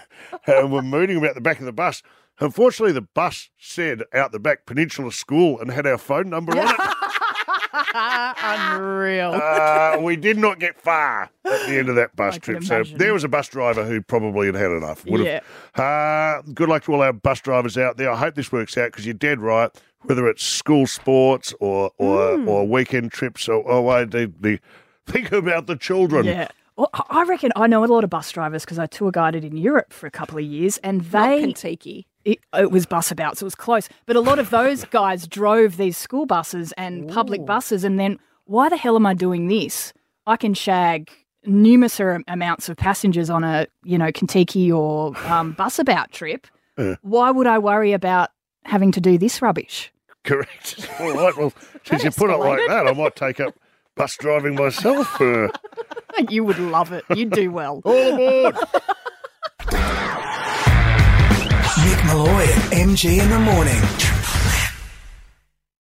S1: and were mooning about the back of the bus. Unfortunately, the bus said out the back Peninsula School and had our phone number on it.
S3: Unreal.
S1: Uh, we did not get far at the end of that bus trip. So there was a bus driver who probably had had enough. Would have. Uh, good luck to all our bus drivers out there. I hope this works out because you're dead right. Whether it's school sports or or, or weekend trips or oh, I do the think about the children.
S3: Yeah. Well, I I reckon I know a lot of bus drivers because I tour guided in Europe for a couple of years, and they
S21: Kentucky.
S3: It, it was busabouts. It was close, but a lot of those guys drove these school buses and public buses, and then why the hell am I doing this? I can shag numerous ar- amounts of passengers on a you know Kentucky or um, busabout trip.
S1: Yeah.
S3: Why would I worry about having to do this rubbish?
S1: Correct. All right. Well, since you put it like that, I might take up bus driving myself. Uh,
S3: you would love it. You'd do well.
S1: All aboard.
S11: Mick Malloy and MG in the morning.